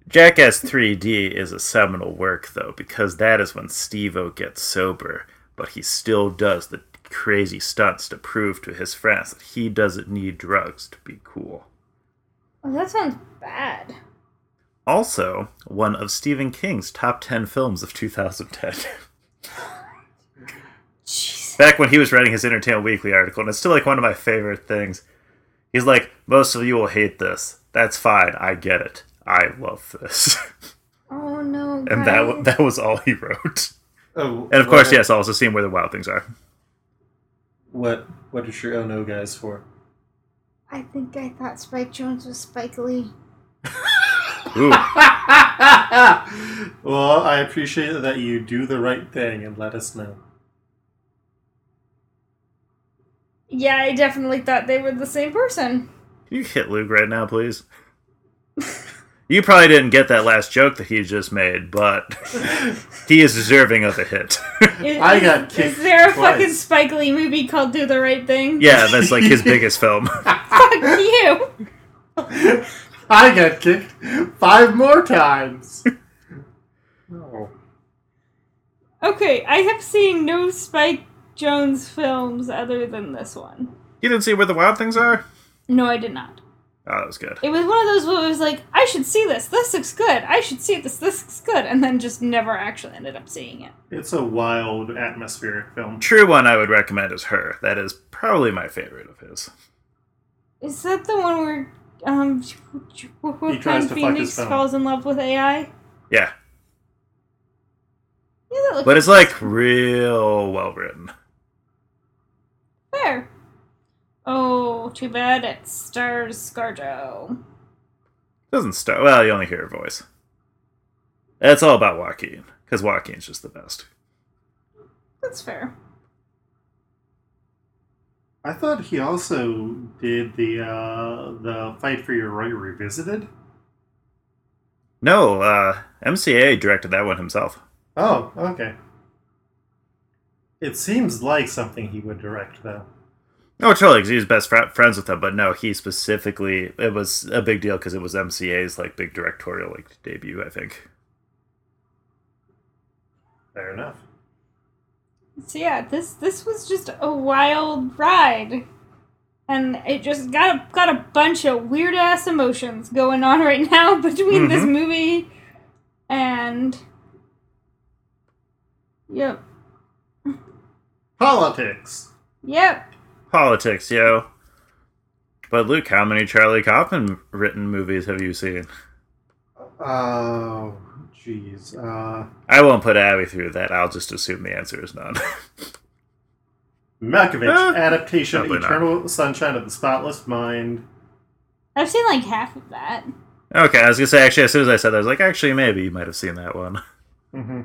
Speaker 7: Jackass 3D is a seminal work, though, because that is when Steve O gets sober, but he still does the crazy stunts to prove to his friends that he doesn't need drugs to be cool.
Speaker 8: Oh, that sounds bad.
Speaker 7: Also, one of Stephen King's top 10 films of 2010.
Speaker 8: Jeez.
Speaker 7: back when he was writing his Entertainment Weekly article, and it's still like one of my favorite things. He's like, most of you will hate this. That's fine. I get it. I love this.
Speaker 8: Oh no.
Speaker 7: and
Speaker 8: guys.
Speaker 7: that wa- that was all he wrote.
Speaker 6: Oh,
Speaker 7: And of course, yes, also seeing where the wild things are.
Speaker 6: What what is your oh no guys for?
Speaker 8: I think I thought Spike Jones was Spike Lee.
Speaker 7: Ooh.
Speaker 6: well, I appreciate that you do the right thing and let us know.
Speaker 8: Yeah, I definitely thought they were the same person.
Speaker 7: Can you hit Luke right now, please? you probably didn't get that last joke that he just made, but he is deserving of a hit.
Speaker 8: Is,
Speaker 6: I got
Speaker 8: is,
Speaker 6: kicked
Speaker 8: is there a
Speaker 6: twice.
Speaker 8: fucking Spike Lee movie called Do the Right Thing?
Speaker 7: yeah, that's like his biggest film.
Speaker 8: Fuck you.
Speaker 6: I got kicked five more times. No.
Speaker 8: Okay, I have seen no Spike Jones films other than this one.
Speaker 7: you didn't see where the wild things are?
Speaker 8: No, I did not.
Speaker 7: Oh, that was good.
Speaker 8: It was one of those where it was like, I should see this. This looks good. I should see this. This looks good. And then just never actually ended up seeing it.
Speaker 6: It's a wild atmospheric film.
Speaker 7: True one I would recommend is her. That is probably my favorite of his.
Speaker 8: Is that the one where um where
Speaker 6: He tries to fuck his
Speaker 8: Phoenix
Speaker 6: phone.
Speaker 8: falls in love with AI? Yeah,
Speaker 7: Yeah,
Speaker 8: that looks
Speaker 7: but it's like real well written.
Speaker 8: fair. Oh, too bad it stars ScarJo.
Speaker 7: Doesn't start. Well, you only hear her voice. It's all about Joaquin because Joaquin's just the best.
Speaker 8: That's fair.
Speaker 6: I thought he also did the uh, the Fight for Your Right Revisited.
Speaker 7: No, uh, MCA directed that one himself.
Speaker 6: Oh, okay. It seems like something he would direct, though.
Speaker 7: Oh, totally. 'cause he was best fri friends with them, but no, he specifically it was a big deal because it was MCA's like big directorial like debut. I think.
Speaker 6: Fair enough.
Speaker 8: So yeah, this this was just a wild ride. And it just got a, got a bunch of weird ass emotions going on right now between this
Speaker 7: Mhm.
Speaker 8: movie and Yep.
Speaker 6: Politics.
Speaker 8: Yep.
Speaker 7: Politics, yo. But Luke, how many Charlie Kaufman written movies have you seen?
Speaker 6: Oh, jeez. Uh,
Speaker 7: I won't put Abby through that. I'll just assume the answer is none.
Speaker 6: Malkovich
Speaker 7: Ah,
Speaker 6: adaptation
Speaker 7: probably not.
Speaker 6: Eternal Sunshine of the Spotless Mind.
Speaker 8: I've seen like half of that.
Speaker 7: okay, I was gonna say actually, as soon as I said that, I was like, actually, maybe you might have seen that one.
Speaker 6: hmm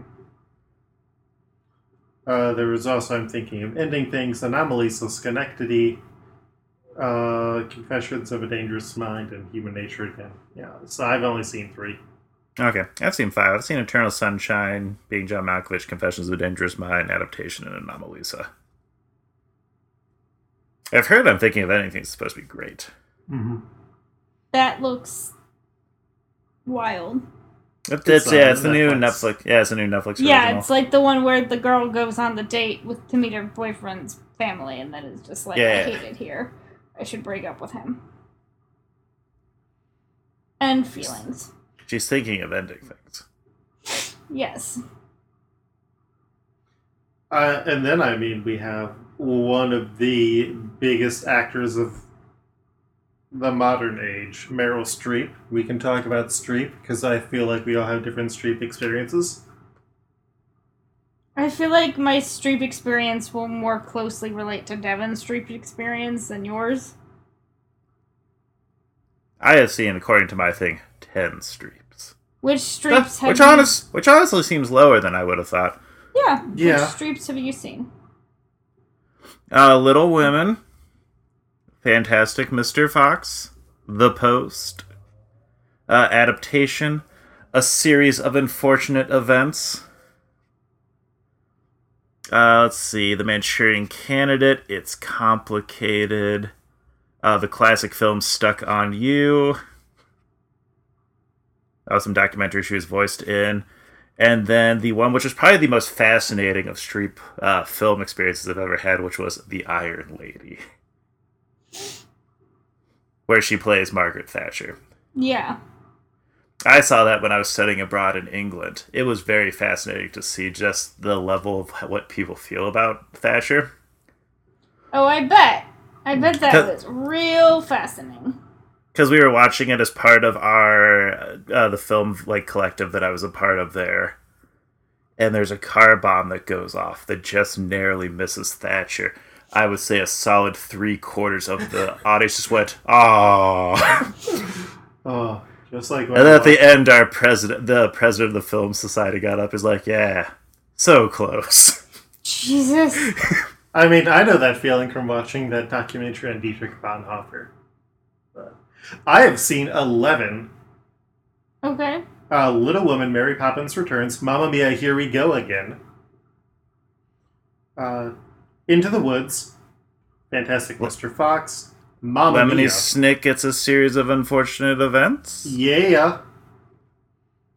Speaker 6: Uh, there was also, I'm thinking of Ending Things, Anomalies of Schenectady, uh, Confessions of a Dangerous Mind, and Human Nature Again. Yeah, so I've only seen three.
Speaker 7: Okay, I've seen five. I've seen Eternal Sunshine, Being John Malkovich, Confessions of a Dangerous Mind, Adaptation, and Anomalisa. I've heard I'm thinking of anything that's supposed to be great.
Speaker 6: Mm-hmm.
Speaker 8: That looks wild.
Speaker 7: That's
Speaker 6: on
Speaker 7: yeah, it's the new
Speaker 6: Netflix.
Speaker 7: Netflix. Yeah, it's a new Netflix
Speaker 8: Yeah,
Speaker 7: original.
Speaker 8: it's like the one where the girl goes on the date with to meet her boyfriend's family and then it's just like
Speaker 7: Yeah.
Speaker 8: I hate it here. I should break up with him. And feelings.
Speaker 7: She's thinking of ending things.
Speaker 8: Yes.
Speaker 6: Uh, and then, I mean, we have one of the biggest actors of the modern age, Meryl Streep. We can talk about Streep because I feel like we all have different Streep experiences.
Speaker 8: I feel like my Streep experience will more closely relate to Devin's Streep experience than yours.
Speaker 7: I have seen, according to my thing, ten streeps.
Speaker 8: Which Streeps have
Speaker 7: which
Speaker 8: you...
Speaker 7: honest, which honestly seems lower than I would have thought.
Speaker 8: Yeah.
Speaker 6: Yeah.
Speaker 8: Which Streeps have you seen?
Speaker 7: Uh, Little Women, Fantastic Mr. Fox, The Post, uh, Adaptation, A Series of Unfortunate Events. Uh, let's see, The Manchurian Candidate, It's Complicated, uh, the classic film Stuck on You. That was some documentary she was voiced in. And then the one which is probably the most fascinating of Streep uh, film experiences I've ever had, which was The Iron Lady, where she plays Margaret Thatcher.
Speaker 8: Yeah.
Speaker 7: I saw that when I was studying abroad in England. It was very fascinating to see just the level of what people feel about Thatcher.
Speaker 8: Oh, I bet. I bet that
Speaker 7: Cut.
Speaker 8: was real fascinating.
Speaker 7: because we were watching it as part of our uh, the film like collective that I was a part of there. And there's a car bomb that goes off that just narrowly misses Thatcher. I would say a solid three quarters of the audience just went, "Oh!"
Speaker 6: Oh, Just like
Speaker 7: And then at the end, our president, the president of the film society, got up. Is like, yeah, so close.
Speaker 8: Jesus.
Speaker 6: I mean, I know that feeling from watching that documentary on Dietrich Bonhoeffer. But I have seen 11
Speaker 8: Okay.
Speaker 6: uh, Little Women, Mary Poppins Returns, Mamma Mia, Here We Go Again, uh, Into the Woods, Fantastic Mr. Fox, Mamma
Speaker 7: Lemony
Speaker 6: Mia.
Speaker 7: Snick gets a series of unfortunate events.
Speaker 6: Yeah.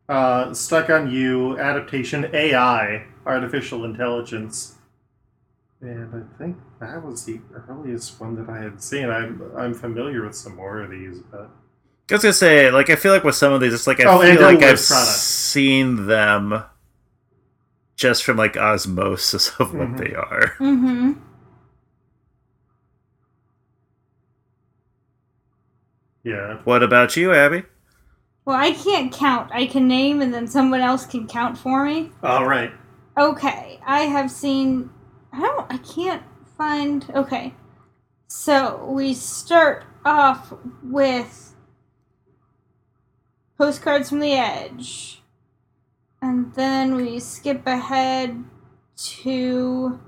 Speaker 6: Uh, Stuck on You, Adaptation AI, Artificial Intelligence. And I think that was the earliest one that I had seen. I'm, I'm familiar with some more of these, but.
Speaker 7: I was gonna say, like, I feel like with some of these, it's like I
Speaker 6: Oh, and Little
Speaker 7: feel like I've
Speaker 6: Women product.
Speaker 7: seen them just from like osmosis of what
Speaker 6: Mhm.
Speaker 7: they are.
Speaker 8: Mm-hmm.
Speaker 6: Yeah.
Speaker 7: What about you, Abby?
Speaker 8: Well, I can't count. I can name and then someone else can count for me.
Speaker 6: All right.
Speaker 8: Okay. I have seen I don't I can't find okay. So we start off with Postcards from the Edge. And then we skip ahead to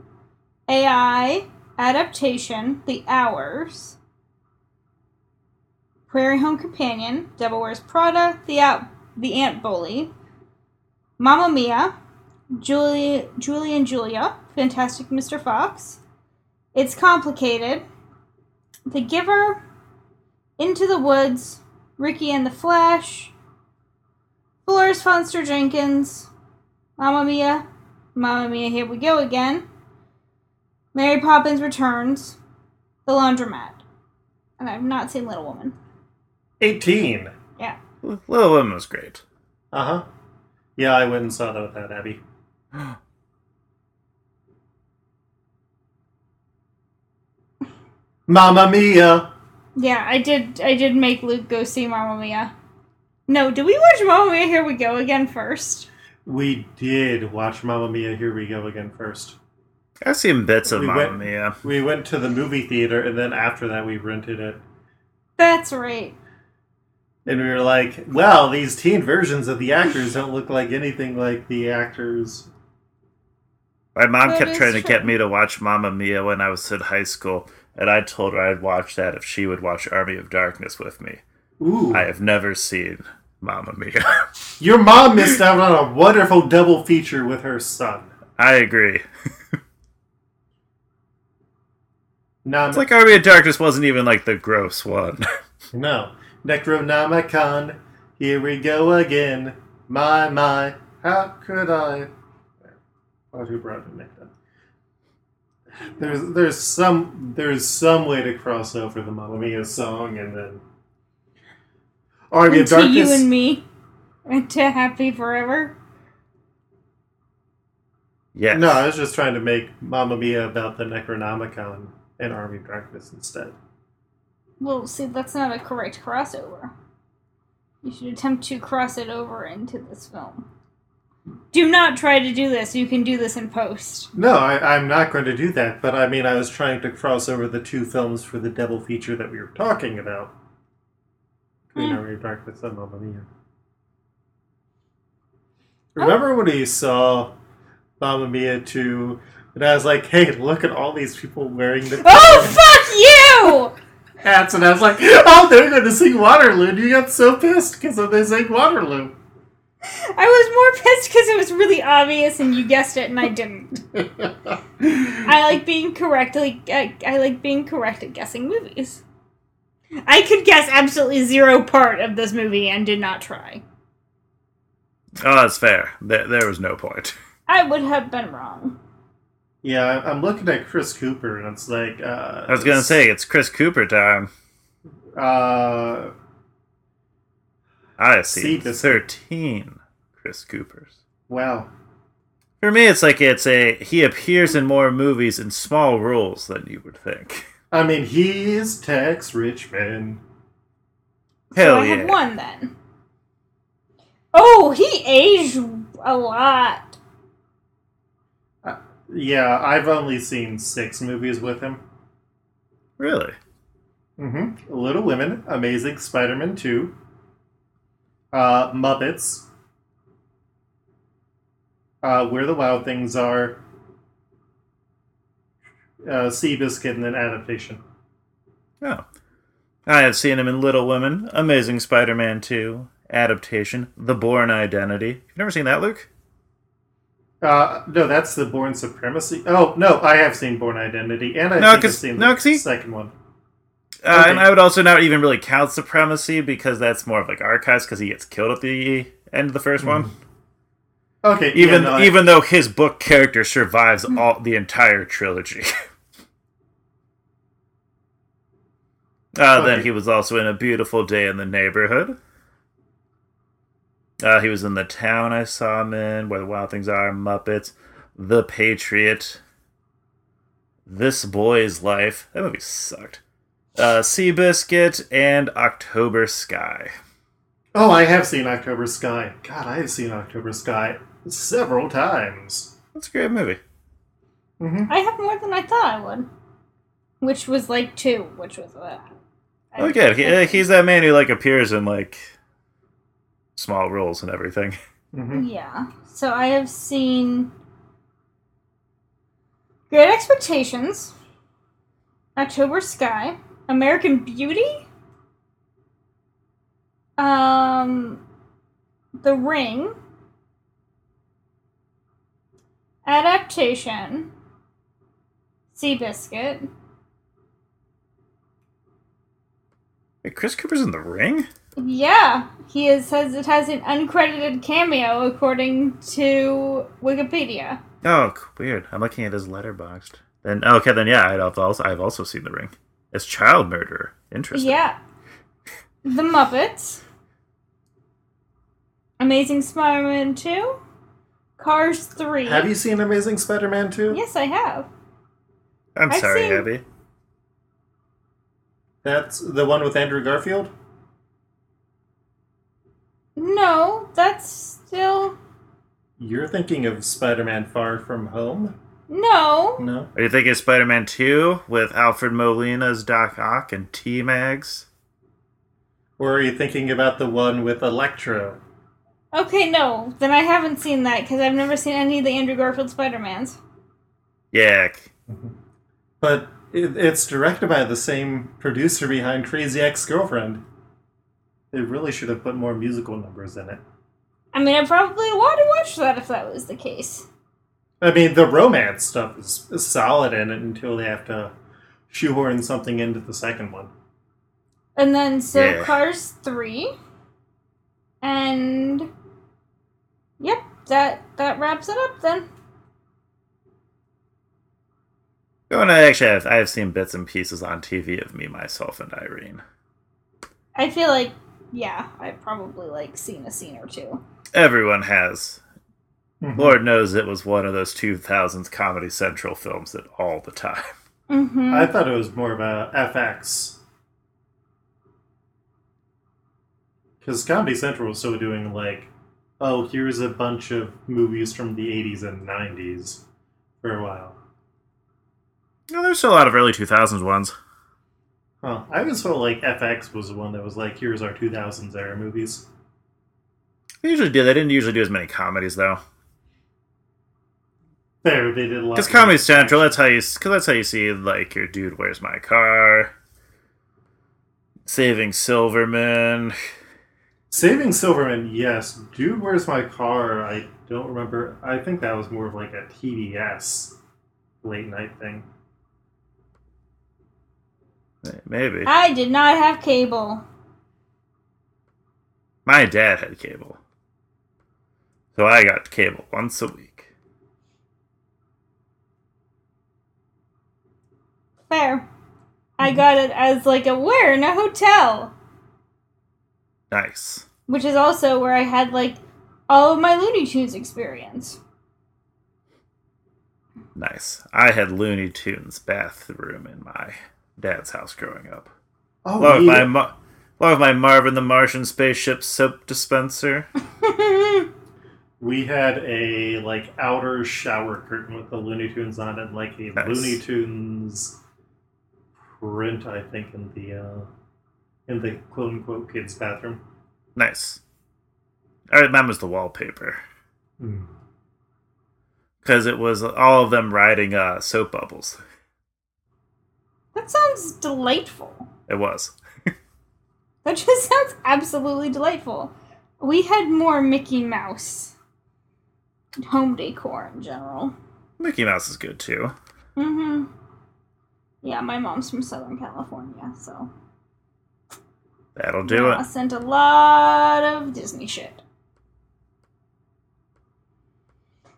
Speaker 8: AI adaptation, The Hours. Prairie Home Companion, Devil Wears Prada, The Out, The Ant Bully, Mamma Mia, Julie, Julie and Julia, Fantastic Mr. Fox, It's Complicated, The Giver, Into the Woods, Ricky and the Flash, Flores Fonster Jenkins, Mamma Mia, Mamma Mia, Here We Go Again, Mary Poppins Returns, The Laundromat. And I've not seen Little Woman.
Speaker 6: 18.
Speaker 8: Yeah.
Speaker 7: Little Women was great.
Speaker 6: Uh huh. Yeah, I went and saw that without Abby. Mamma Mia!
Speaker 8: Yeah, I did. I did make Luke go see Mamma Mia. No, did we watch Mamma Mia? Here we go again first.
Speaker 6: We did watch Mamma Mia, Here We Go Again first.
Speaker 7: I've seen bits of
Speaker 6: We
Speaker 7: Mamma
Speaker 6: went-
Speaker 7: Mia.
Speaker 6: We went to the movie theater, and then after that, we rented it.
Speaker 8: That's right.
Speaker 6: And we were like, well, these teen versions of the actors don't look like anything like the actors.
Speaker 7: My mom
Speaker 8: That
Speaker 7: kept
Speaker 8: is
Speaker 7: trying to get
Speaker 8: true.
Speaker 7: me to watch Mamma Mia when I was in high school, and I told her I'd watch that if she would watch Army of Darkness with me.
Speaker 6: Ooh.
Speaker 7: I have never seen Mamma Mia.
Speaker 6: Your mom missed out on a wonderful double feature with her son.
Speaker 7: I agree.
Speaker 6: Nam-
Speaker 7: It's like Army of Darkness wasn't even like the gross one.
Speaker 6: no. Necronomicon. Here we go again. My, my. How could I? Why who brought it back up? There's, there's some there's some way to cross over the Mamma Mia song and then Army of
Speaker 8: And to
Speaker 6: Darkness.
Speaker 8: you and me, and to happy forever.
Speaker 7: yes.
Speaker 6: No, I was just trying to make Mamma Mia about the Necronomicon and Army of Darkness instead.
Speaker 8: Well, see, that's not a correct crossover. You should attempt to cross it over into this film. Do not try to do this. You can do this in post.
Speaker 6: No, I, I'm not going to do that, but I mean, I was trying to cross over the two films for the double feature that we were talking about between Army of Darkness and Mamma Mia. Remember when we saw Mamma Mia 2 and I was like, hey, look at all these people wearing the.
Speaker 8: Oh, fuck you!
Speaker 6: hats, and I was like, "Oh, they're going to sing Waterloo." And you got so pissed because they sang Waterloo.
Speaker 8: I was more pissed because it was really obvious and you guessed it and I didn't. I like being correctly. I, I like being correct at guessing movies. I could guess absolutely zero part of this movie and did not try.
Speaker 7: Oh, that's fair. There, there was no point.
Speaker 8: I would have been wrong.
Speaker 6: Yeah, I- I'm looking at Chris Cooper, and it's like uh,
Speaker 7: I was gonna say it's Chris Cooper time.
Speaker 6: uh,
Speaker 7: I see.
Speaker 6: See, this-
Speaker 7: Thirteen Chris Coopers.
Speaker 6: wow,
Speaker 7: For me, it's like it's a he appears in more movies in small roles than you would think.
Speaker 6: I mean, he's Tex Richmond.
Speaker 7: Hell
Speaker 8: so I
Speaker 7: yeah!
Speaker 8: had one then. Oh, he aged a lot.
Speaker 6: Yeah, I've only seen six movies with him.
Speaker 7: Really?
Speaker 6: Mm-hmm. Little Women, Amazing Spider-Man Two, uh, Muppets, uh, Where the Wild Things Are, uh, Seabiscuit, and then adaptation.
Speaker 7: Oh. I had seen him in Little Women, Amazing Spider Man 2, Adaptation, The Born Identity. You've never seen that, Luke?
Speaker 6: Uh, no, that's the Born Supremacy. Oh no, I have seen Born Identity, and I've
Speaker 7: No,
Speaker 6: think I've
Speaker 7: 'cause-
Speaker 6: seen
Speaker 7: no,
Speaker 6: the
Speaker 7: 'cause he-
Speaker 6: second one.
Speaker 7: Uh, And
Speaker 6: Okay.
Speaker 7: I would also not even really count Supremacy because that's more of like archives because he gets killed at the end of the first one.
Speaker 6: Okay, yeah,
Speaker 7: Even
Speaker 6: no, I-
Speaker 7: even though his book character survives all the entire trilogy. Uh, Then
Speaker 6: Okay.
Speaker 7: he was also in A Beautiful Day in the Neighborhood. Uh, he was in The Town I Saw Him in, Where the Wild Things Are, Muppets, The Patriot, This Boy's Life. That movie sucked. Uh, Seabiscuit, and October Sky.
Speaker 6: oh, I have seen October Sky. God, I have seen October Sky several times.
Speaker 7: That's a great movie.
Speaker 8: I have more than I thought I would. Which was like two, which was uh, I-
Speaker 7: Oh, good. He, uh, he's that man who like appears in like small roles and everything.
Speaker 6: Mm-hmm.
Speaker 8: Yeah. So I have seen Great Expectations, October Sky, American Beauty, um, The Ring, Adaptation, Seabiscuit.
Speaker 7: Wait, Chris Cooper's in The Ring.
Speaker 8: Yeah, he is, says it has an uncredited cameo according to Wikipedia.
Speaker 7: Oh, c- weird. I'm looking at his letterboxed. Then oh, okay, then yeah, I'd have also I've also seen The Ring as child murderer. Interesting.
Speaker 8: Yeah. The Muppets. Amazing Spider-Man 2. Cars 3.
Speaker 6: Have you seen Amazing Spider-Man two?
Speaker 8: Yes, I have.
Speaker 7: I'm
Speaker 8: I've
Speaker 7: sorry,
Speaker 8: seen-
Speaker 7: Abby.
Speaker 6: That's the one with Andrew Garfield.
Speaker 8: No, that's still
Speaker 6: You're thinking of Spider-Man Far From Home?
Speaker 8: no.
Speaker 6: No.
Speaker 7: Are you thinking of Spider-Man Two with Alfred Molina as Doc Ock and T Mags?
Speaker 6: Or are you thinking about the one with Electro?
Speaker 8: Okay, no. Then I haven't seen that because I've never seen any of the Andrew Garfield Spider-Mans.
Speaker 7: Yeah. c-
Speaker 6: But it, it's directed by the same producer behind Crazy Ex-Girlfriend. They really should have put more musical numbers in it.
Speaker 8: I mean, I probably want to watch that if that was the case.
Speaker 6: I mean, the romance stuff is, is solid in it until they have to shoehorn something into the second one.
Speaker 8: And then so
Speaker 7: Yeah.
Speaker 8: Cars 3 and yep, that that wraps it up then.
Speaker 7: Oh, and I actually have I have seen bits and pieces on TV of me, myself, and Irene.
Speaker 8: I feel like, yeah, I've probably like seen a scene or two.
Speaker 7: Everyone has.
Speaker 6: Mhm.
Speaker 7: Lord knows it was one of those 2000s Comedy Central films that all the time.
Speaker 8: Mm-hmm.
Speaker 6: I thought it was more of a FX. Because Comedy Central was still doing, like, oh, here's a bunch of movies from the 80s and 90s for a while.
Speaker 7: No, there's still a lot of early 2000s ones.
Speaker 6: Huh. I always felt like FX was the one that was like, here's our 2000s era movies.
Speaker 7: They usually do. They didn't usually do as many comedies though,
Speaker 6: There, they did a lot.
Speaker 7: because
Speaker 6: of-
Speaker 7: Comedy Central. That's how you. Because that's how you see like your dude. Where's my car? Saving Silverman.
Speaker 6: Saving Silverman, yes. Dude, Where's My Car? I don't remember. I think that was more of like a TBS late night thing.
Speaker 7: Maybe
Speaker 8: I did not have cable.
Speaker 7: my dad had cable, so I got cable once a week.
Speaker 8: Fair. I got it as like a where in a hotel,
Speaker 7: Nice.
Speaker 8: which is also where I had like all of my Looney Tunes experience.
Speaker 7: Nice. I had Looney Tunes bathroom in my dad's house growing up.
Speaker 6: Oh,
Speaker 7: Love
Speaker 6: yeah.
Speaker 7: my Mar- love my Marvin the Martian spaceship soap dispenser.
Speaker 6: We had a like outer shower curtain with the Looney Tunes on it, like a
Speaker 7: Nice.
Speaker 6: Looney Tunes print, I think, in the uh, in the quote unquote kids bathroom.
Speaker 7: nice. I remember's the wallpaper Hmm. because it was all of them riding uh, soap bubbles.
Speaker 8: That sounds delightful.
Speaker 7: It was.
Speaker 8: That just sounds absolutely delightful. We had more Mickey Mouse home decor in general.
Speaker 7: Mickey Mouse is good too.
Speaker 8: Mm-hmm. Yeah, my mom's from Southern California, so
Speaker 7: That'll do
Speaker 8: I
Speaker 7: it.
Speaker 8: sent a lot of Disney shit.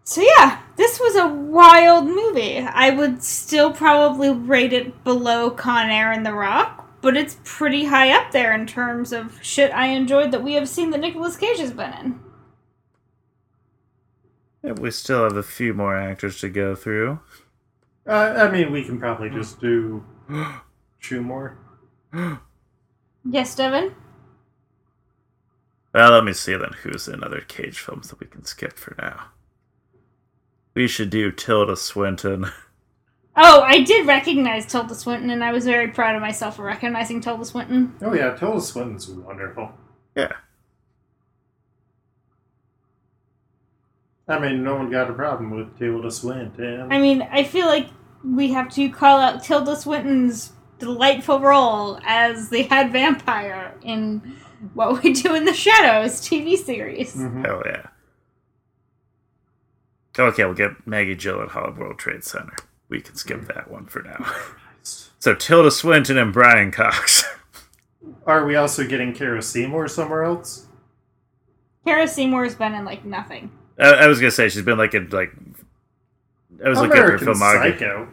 Speaker 8: So yeah, this was a wild movie. I would still probably rate it below Con Air and The Rock, but it's pretty high up there in terms of shit I enjoyed that we have seen that Nicolas Cage has been in.
Speaker 7: Yeah, We still have a few more actors to go through.
Speaker 6: Uh, I mean, we can
Speaker 7: Hmm.
Speaker 6: probably just do two more.
Speaker 8: Yes, Devin?
Speaker 7: Well, let me see then who's in other Cage films that we can skip for now. We should do Tilda Swinton.
Speaker 8: Oh, I did recognize Tilda Swinton, and I was very proud of myself for recognizing Tilda Swinton.
Speaker 6: Oh yeah, Tilda Swinton's wonderful.
Speaker 7: Yeah.
Speaker 6: I mean, no one got a problem with Tilda Swinton.
Speaker 8: I mean, I feel like we have to call out Tilda Swinton's delightful role as the head vampire in What We Do in the Shadows TV series.
Speaker 7: Hell yeah. Okay, we'll get Maggie Gyllenhaal at World Trade Center. We can skip that one for now. so Tilda Swinton and Brian Cox.
Speaker 6: Are we also getting Kara Seymour somewhere else?
Speaker 8: Kara Seymour's been in like nothing.
Speaker 7: I, I was gonna say she's been like in like. I was
Speaker 6: American
Speaker 7: looking at her filmography.
Speaker 6: Psycho.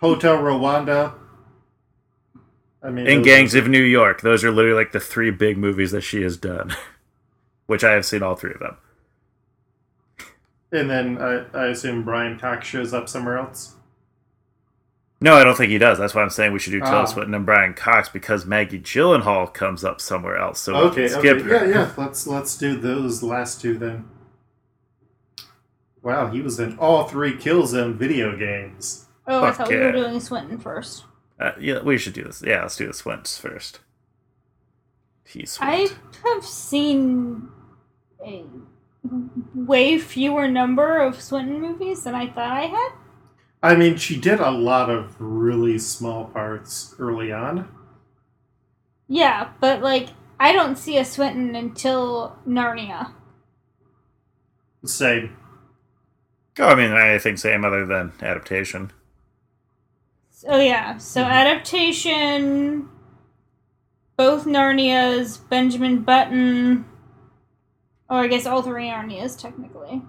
Speaker 6: Hotel Rwanda. I mean,
Speaker 7: In
Speaker 6: those-
Speaker 7: Gangs of New York, those are literally like the three big movies that she has done, which I have seen all three of them.
Speaker 6: And then I, I assume Brian Cox shows up somewhere else.
Speaker 7: No, I don't think he does. That's why I'm saying we should do Tilda
Speaker 6: Ah.
Speaker 7: Swinton and Brian Cox because Maggie Gyllenhaal comes up somewhere else. So we
Speaker 6: Okay,
Speaker 7: can skip
Speaker 6: okay,
Speaker 7: her.
Speaker 6: yeah, yeah. Let's let's do those last two then. Wow, he was in all three kills in video games.
Speaker 8: Oh, I
Speaker 7: Fuck
Speaker 8: thought we were
Speaker 7: yeah.
Speaker 8: doing Swinton first.
Speaker 7: Uh, yeah, we should do this. Yeah, let's do the Swints first. He's
Speaker 8: I
Speaker 7: Swint.
Speaker 8: have seen a way fewer number of Swinton movies than I thought I had.
Speaker 6: I mean, she did a lot of really small parts early on.
Speaker 8: Yeah, but like I don't see a Swinton until Narnia.
Speaker 6: Say,
Speaker 7: Oh, I mean, anything same other than adaptation.
Speaker 8: Oh yeah, so adaptation, both Narnias, Benjamin Button, or I guess all three Narnias technically.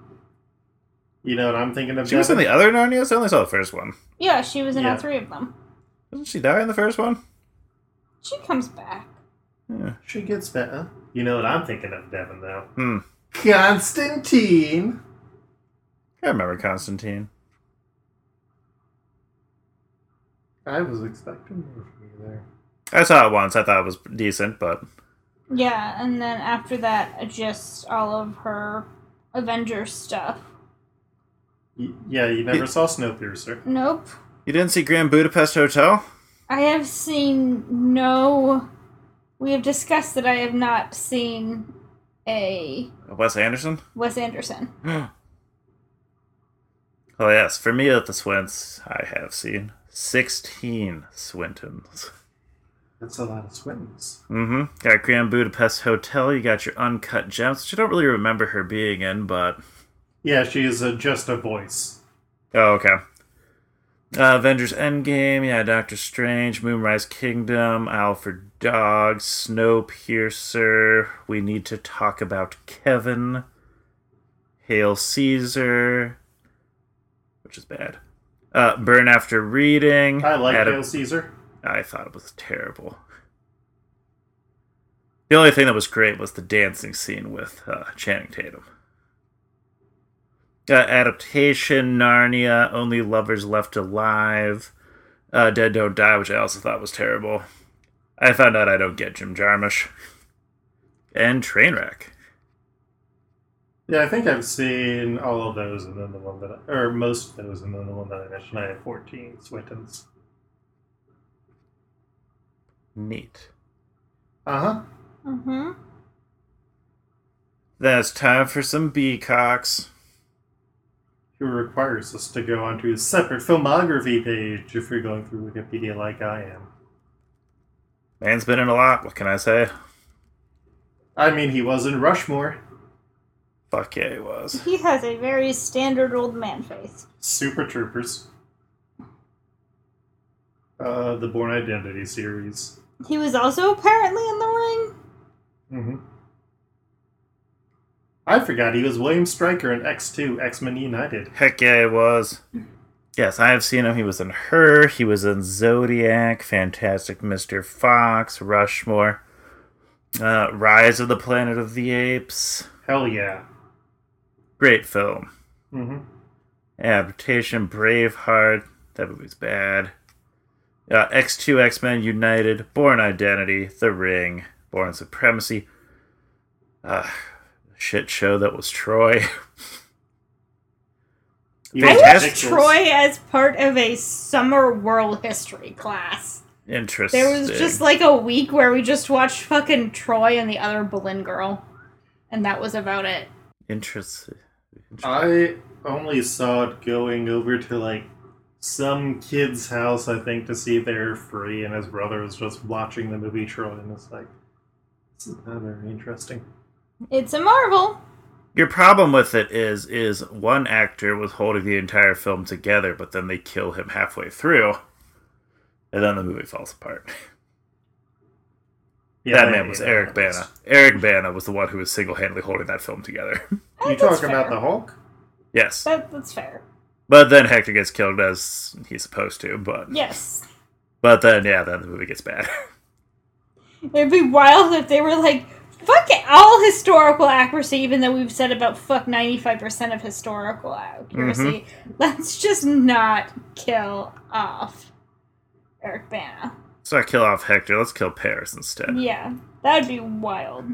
Speaker 6: you know what I'm thinking of?
Speaker 7: She was in
Speaker 6: Devin?
Speaker 7: the other Narnias. I only saw the first one.
Speaker 8: Yeah, she was in all
Speaker 6: Yeah.
Speaker 8: three of them.
Speaker 7: Doesn't she die in the first one?
Speaker 8: She comes back.
Speaker 6: She gets better. You know what I'm thinking of, Devin, though?
Speaker 7: Hmm.
Speaker 6: Constantine!
Speaker 7: I remember Constantine.
Speaker 6: I was expecting more from you there.
Speaker 7: I saw it once. I thought it was decent, but
Speaker 8: Yeah, and then after that, just all of her Avengers stuff.
Speaker 6: Y- yeah, you never saw Snowpiercer.
Speaker 8: Nope.
Speaker 7: you didn't see Grand Budapest Hotel.
Speaker 8: I have seen no. We have discussed that I have not seen a
Speaker 7: Wes Anderson.
Speaker 8: Wes Anderson.
Speaker 7: Oh yes, for me at the Swints, I have seen sixteen Swintons.
Speaker 6: That's a lot of swims.
Speaker 7: Mm-hmm. Got Grand Budapest Hotel. You got your Uncut Gems, which I don't really remember her being in, but
Speaker 6: Yeah, she is uh, just a voice.
Speaker 7: Oh, okay. Uh, Avengers Endgame, yeah, Doctor Strange, Moonrise Kingdom, Alfred Dog, Snowpiercer, We Need to Talk About Kevin, Hail Caesar, which is bad. Uh, Burn After Reading.
Speaker 6: I like
Speaker 7: Adam-
Speaker 6: Hail Caesar.
Speaker 7: I thought it was terrible. The only thing that was great was the dancing scene with uh, Channing Tatum. Uh, adaptation Narnia, Only Lovers Left Alive, uh, Dead Don't Die, which I also thought was terrible. I found out I don't get Jim Jarmusch. And Trainwreck.
Speaker 6: Yeah, I think I've seen all of those and then the one that, I, or most of those and then the one that I mentioned. I have 14 Swintons.
Speaker 7: Neat.
Speaker 6: Uh huh.
Speaker 8: Mm-hmm.
Speaker 7: Then it's time for some Beacocks.
Speaker 6: Who requires us to go onto a separate filmography page if you're going through Wikipedia like I am.
Speaker 7: Man's been in a lot, what can I say?
Speaker 6: I mean, he was in Rushmore.
Speaker 7: Fuck yeah, he was.
Speaker 8: He has a very standard old man face.
Speaker 6: Super Troopers. Uh, the Born Identity series.
Speaker 8: He was also apparently in the ring.
Speaker 6: Mm-hmm. I forgot he was William Stryker in X2, X Men United.
Speaker 7: Heck yeah, he was. Yes, I have seen him. He was in Her, he was in Zodiac, Fantastic Mr. Fox, Rushmore, uh, Rise of the Planet of the Apes.
Speaker 6: Hell yeah.
Speaker 7: Great film.
Speaker 6: Mm-hmm.
Speaker 7: Adaptation, Braveheart. That movie's bad. Uh, X2, X Men United, Born Identity, The Ring, Born Supremacy. Uh, shit show that was Troy.
Speaker 6: He was in
Speaker 8: I watched
Speaker 6: Pixels.
Speaker 8: Troy as part of a summer world history class.
Speaker 7: Interesting.
Speaker 8: There was just like a week where we just watched fucking Troy and the other Berlin girl. And that was about it.
Speaker 7: interesting.
Speaker 6: I only saw it going over to like some kid's house, I think, to see if they were free, and his brother was just watching the movie Troy, and it's like, this is not very interesting.
Speaker 8: It's a Marvel.
Speaker 7: Your problem with it is is one actor was holding the entire film together, but then they kill him halfway through, and then the movie falls apart. that man was
Speaker 6: yeah,
Speaker 7: Eric
Speaker 6: that's-
Speaker 7: Bana. Eric Bana was the one who was single handedly holding that film together.
Speaker 8: Eh,
Speaker 6: You
Speaker 8: that's
Speaker 6: talking about
Speaker 8: fair.
Speaker 6: the Hulk?
Speaker 7: yes,
Speaker 8: That, that's fair.
Speaker 7: but then Hector gets killed as he's supposed to. But
Speaker 8: Yes.
Speaker 7: but then yeah, then the movie gets bad.
Speaker 8: It'd be wild if they were like, fuck it, all historical accuracy, even though we've said about fuck 95% of historical accuracy. Let's just not kill off Eric Bana.
Speaker 7: Let's not kill off Hector. Let's kill Paris instead.
Speaker 8: Yeah, that'd be wild.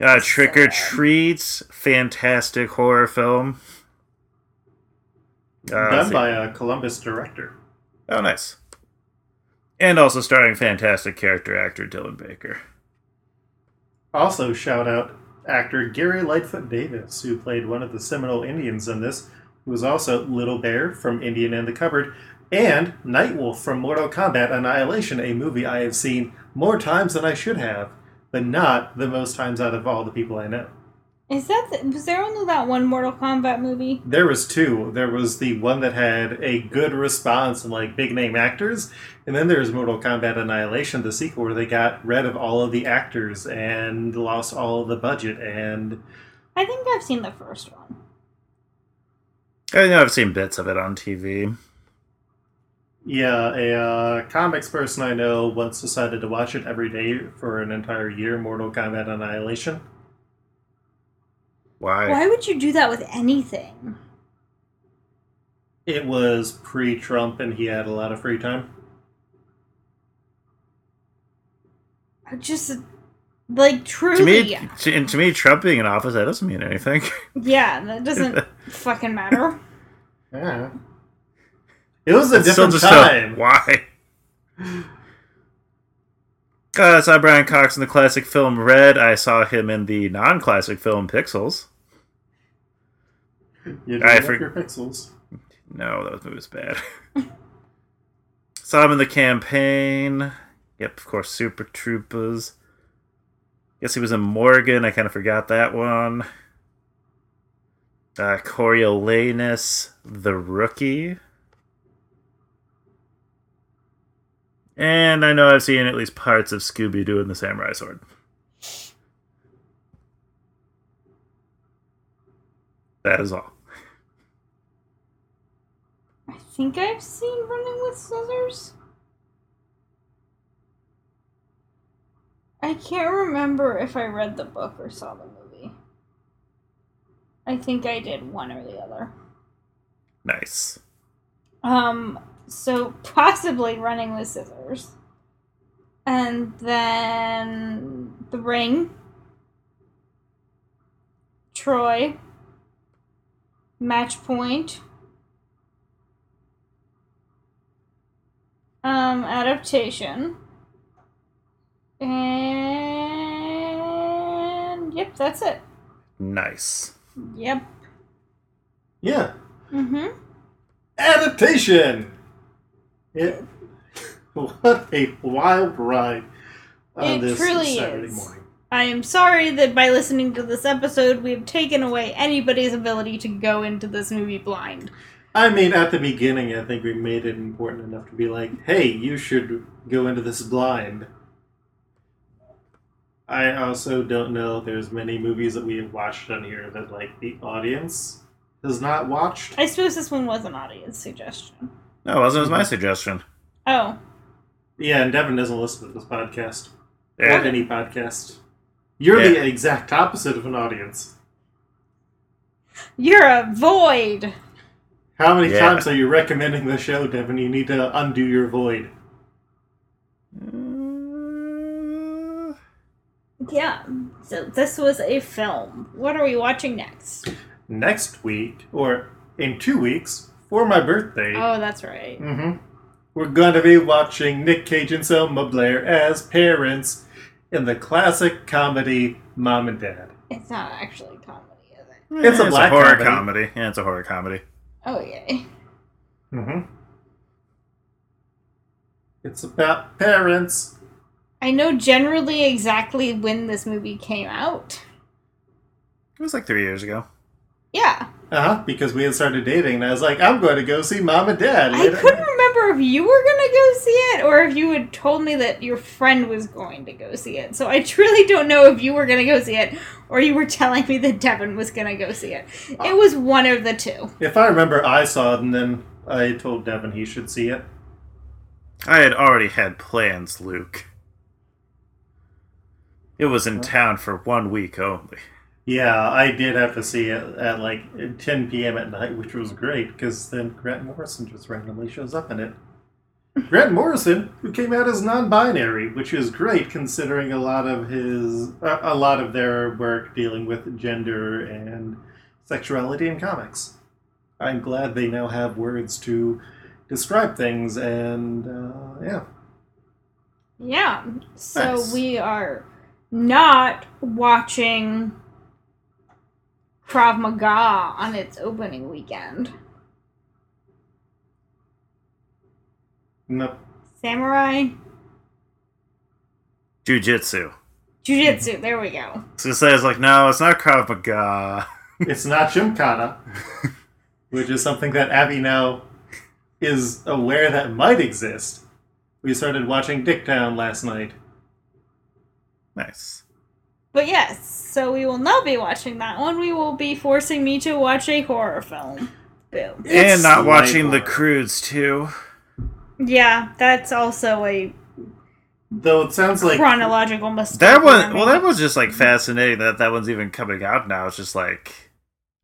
Speaker 7: Uh, Trick or Treats, fantastic horror film. Uh, let's
Speaker 6: Done
Speaker 7: see.
Speaker 6: by a Columbus director.
Speaker 7: Oh, nice. And also starring fantastic character actor Dylan Baker.
Speaker 6: Also, shout out actor Gary Lightfoot Davis, who played one of the Seminole Indians in this, who was also Little Bear from Indian in the Cupboard, and Nightwolf from Mortal Kombat Annihilation, a movie I have seen more times than I should have, but not the most times out of all the people I know.
Speaker 8: Is that the, was there only that one Mortal Kombat movie?
Speaker 6: There was two. There was the one that had a good response and like big name actors, and then there's Mortal Kombat Annihilation, the sequel, where they got rid of all of the actors and lost all of the budget and
Speaker 8: I think I've seen the first one.
Speaker 7: I know I've seen bits of it on TV.
Speaker 6: Yeah, a uh, comics person I know once decided to watch it every day for an entire year Mortal Kombat Annihilation.
Speaker 7: Why?
Speaker 8: Why would you do that with anything?
Speaker 6: It was pre Trump and he had a lot of free time.
Speaker 8: I just like truly,
Speaker 7: To me, to, and to me, Trump being in office that doesn't mean anything.
Speaker 8: yeah, that doesn't fucking matter.
Speaker 6: Yeah. It was a
Speaker 7: It's still
Speaker 6: different
Speaker 7: just a-
Speaker 6: time.
Speaker 7: why? Uh, I saw Brian Cox in the classic film Red. I saw him in the non-classic film Pixels.
Speaker 6: you
Speaker 7: I
Speaker 6: didn't have
Speaker 7: for-
Speaker 6: your pixels.
Speaker 7: No, that movie was bad. Saw him in the campaign. Yep, of course, Super Troopers. Guess he was in Morgan. I kind of forgot that one. Uh, Coriolanus, the rookie. And I know I've seen at least parts of Scooby Doo and the Samurai Sword. That is all.
Speaker 8: I think I've seen Running with Scissors. I can't remember if I read the book or saw the movie. I think I did one or the other.
Speaker 7: Nice.
Speaker 8: Um, so possibly running with scissors. And then the ring. Troy. Match point. Um, adaptation. And yep, Yep, that's it.
Speaker 7: Nice.
Speaker 8: Yep.
Speaker 6: Yeah.
Speaker 8: Mm-hmm.
Speaker 6: Adaptation! It, what a wild ride on
Speaker 8: It
Speaker 6: this
Speaker 8: truly
Speaker 6: Saturday
Speaker 8: is.
Speaker 6: morning.
Speaker 8: I am sorry that by listening to this episode, we've taken away anybody's ability to go into this movie blind.
Speaker 6: I mean, at the beginning, I think we made it important enough to be like, hey, you should go into this blind. I also don't know if there's many movies that we have watched on here that, like, the audience has not watched.
Speaker 8: I suppose this one was an audience suggestion.
Speaker 7: No, it wasn't. It was my
Speaker 6: Hmm.
Speaker 7: suggestion.
Speaker 8: Oh,
Speaker 6: Yeah, and Devin doesn't listen to this podcast. Or
Speaker 7: Yeah.
Speaker 6: any podcast. You're
Speaker 7: Yeah.
Speaker 6: the exact opposite of an audience.
Speaker 8: you're a void.
Speaker 6: How many
Speaker 7: Yeah.
Speaker 6: times are you recommending the show, Devin? You need to undo your void.
Speaker 8: Yeah. So this was a film. What are we watching next?
Speaker 6: Next week, or in two weeks, for my birthday,
Speaker 8: Oh, that's right.
Speaker 6: hmm We're gonna be watching Nick Cage and Selma Blair as parents in the classic comedy Mom and Dad.
Speaker 8: It's not actually comedy, is it?
Speaker 6: It's a black
Speaker 7: horror
Speaker 6: comedy.
Speaker 7: comedy. Yeah, it's a horror comedy.
Speaker 8: Oh yay.
Speaker 6: hmm It's about parents.
Speaker 8: I know generally exactly when this movie came out.
Speaker 7: It was like three years ago.
Speaker 8: Yeah.
Speaker 6: Uh huh. Because we had started dating, and I was like, I'm going to go see Mom and Dad.
Speaker 8: I couldn't remember if you were gonna go see it or if you had told me that your friend was going to go see it. So I truly don't know if you were gonna go see it or you were telling me that Devin was gonna go see it. It was one of the two.
Speaker 6: If I remember, I saw it, and then I told Devin he should see it.
Speaker 7: I had already had plans, Luke. It was in town for one week only.
Speaker 6: Yeah, I did have to see it at like 10 p.m. at night, which was great because then Grant Morrison just randomly shows up in it. Grant Morrison, who came out as non-binary, which is great considering a lot of his uh, a lot of their work dealing with gender and sexuality in comics. I'm glad they now have words to describe things, and uh, yeah,
Speaker 8: Yeah. So
Speaker 7: Nice.
Speaker 8: we are not watching Krav Maga on its opening weekend.
Speaker 6: nope.
Speaker 8: Samurai
Speaker 7: Jujitsu.
Speaker 8: Jiu-Jitsu. There we go.
Speaker 7: So it says like, no, it's not Krav Maga.
Speaker 6: It's not Gymkhana, which is something that Abby now is aware that might exist. We started watching Dicktown last night.
Speaker 7: Nice.
Speaker 8: But yes, so we will not be watching that one. We will be forcing me to watch a horror film. Boom.
Speaker 7: and not watching The
Speaker 6: light horror.
Speaker 7: Croods too.
Speaker 8: Yeah, that's also a
Speaker 6: Though it sounds like
Speaker 8: chronological mistake.
Speaker 7: That
Speaker 8: I
Speaker 7: one,
Speaker 8: mean.
Speaker 7: well, that was just like fascinating that that one's even coming out now. It's just like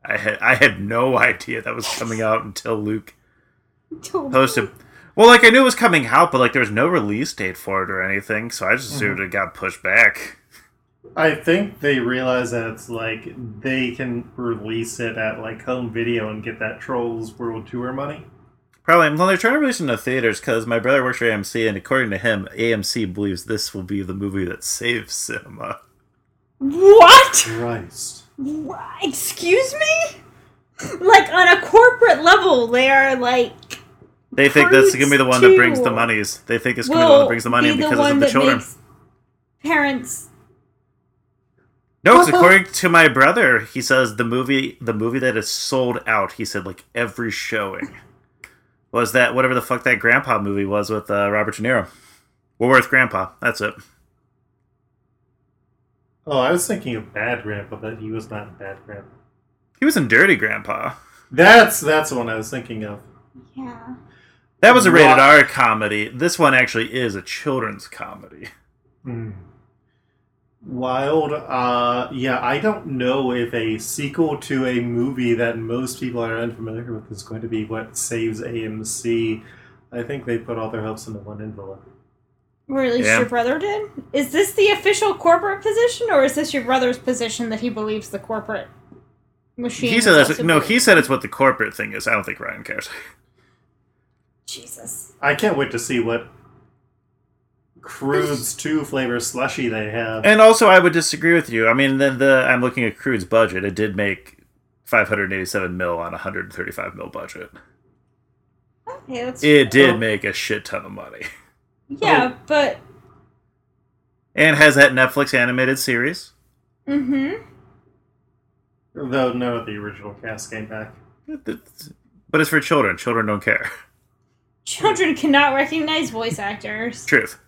Speaker 7: I had I had no idea that was coming out until Luke posted. Well, like I knew it was coming out, but like there was no release date for it or anything, so I just assumed
Speaker 8: Mm-hmm.
Speaker 7: it got pushed back.
Speaker 6: I think they realize that it's like they can release it at like home video and get that Trolls World Tour money.
Speaker 7: Probably. Well, they're trying to release it in the theaters because my brother works for AMC, and according to him, AMC believes this will be the movie that saves cinema.
Speaker 8: What?
Speaker 6: Christ.
Speaker 8: Wha- Excuse me? Like on a corporate level, they are like
Speaker 7: They think that's gonna be the one that brings the
Speaker 8: Croods
Speaker 7: monies. They think it's gonna be the one
Speaker 8: will
Speaker 7: that brings the money
Speaker 8: be the
Speaker 7: because
Speaker 8: one
Speaker 7: it's of the
Speaker 8: that
Speaker 7: children.
Speaker 8: makes parents.
Speaker 7: No, 'cause according to my brother, he says the movie the movie that is sold out, he said like every showing. Was that whatever the fuck that grandpa movie was with uh, Robert De Niro? Woolworth Grandpa, that's it.
Speaker 6: Oh, I was thinking of Bad Grandpa, but he was not Bad Grandpa.
Speaker 7: He was in Dirty Grandpa.
Speaker 6: That's that's the one I was thinking of.
Speaker 8: Yeah.
Speaker 7: That was a
Speaker 6: Right.
Speaker 7: rated R comedy. This one actually is a children's comedy.
Speaker 6: Hmm. Wild. Uh, yeah, I don't know if a sequel to a movie that most people are unfamiliar with is going to be what saves AMC. I think they put all their hopes into one envelope.
Speaker 8: Or at least
Speaker 7: Yeah.
Speaker 8: your brother did? Is this the official corporate position or is this your brother's position that he believes the corporate machine?
Speaker 7: He
Speaker 8: is
Speaker 7: said that's
Speaker 8: also
Speaker 7: no,
Speaker 8: doing?
Speaker 7: he said it's what the corporate thing is. I don't think Ryan cares.
Speaker 8: Jesus.
Speaker 6: I can't wait to see what Crude's two flavor slushy they have.
Speaker 7: And also, I would disagree with you. I mean, the, the I'm looking at Crude's budget. It did make 587 mil on a 135 mil budget.
Speaker 8: Okay, that's
Speaker 7: It
Speaker 6: Oh.
Speaker 7: did make a shit ton of money.
Speaker 8: yeah, but
Speaker 7: And has that Netflix animated series.
Speaker 8: mm-hmm.
Speaker 6: Though none of the original cast came back.
Speaker 7: But it's for children. Children don't care.
Speaker 8: Children cannot recognize voice actors.
Speaker 7: Truth.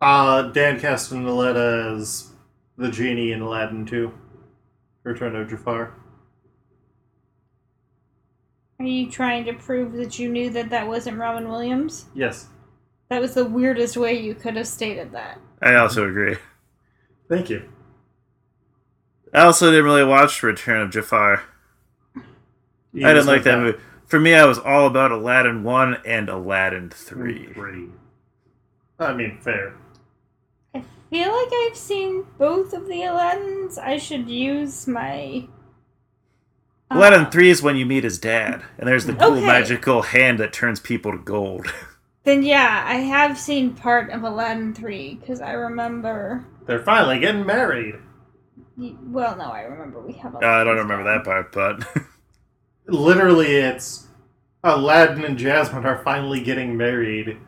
Speaker 6: Uh, Dan Castellaneta is the genie in Aladdin 2. Return of Jafar.
Speaker 8: Are you trying to prove that you knew that that wasn't Robin Williams?
Speaker 6: Yes.
Speaker 8: That was the weirdest way you could have stated that.
Speaker 7: I also agree.
Speaker 6: Thank you.
Speaker 7: I also didn't really watch Return of Jafar.
Speaker 6: You
Speaker 7: I didn't
Speaker 6: just
Speaker 7: like
Speaker 6: went
Speaker 7: that
Speaker 6: back
Speaker 7: movie. For me, I was all about Aladdin 1 and Aladdin
Speaker 6: to
Speaker 7: 3.
Speaker 6: Three. I mean, fair.
Speaker 8: I feel like I've seen both of the Aladdins. I should use my. uh,
Speaker 7: Aladdin 3 is when you meet his dad, and there's the cool
Speaker 8: Okay.
Speaker 7: magical hand that turns people to gold.
Speaker 8: Then yeah, I have seen part of Aladdin three because I remember.
Speaker 6: They're finally getting married.
Speaker 8: Well, no, I remember we have.
Speaker 7: Uh, I don't
Speaker 8: Aladdin's
Speaker 7: remember
Speaker 8: dad.
Speaker 7: that part, but
Speaker 6: Literally, it's Aladdin and Jasmine are finally getting married.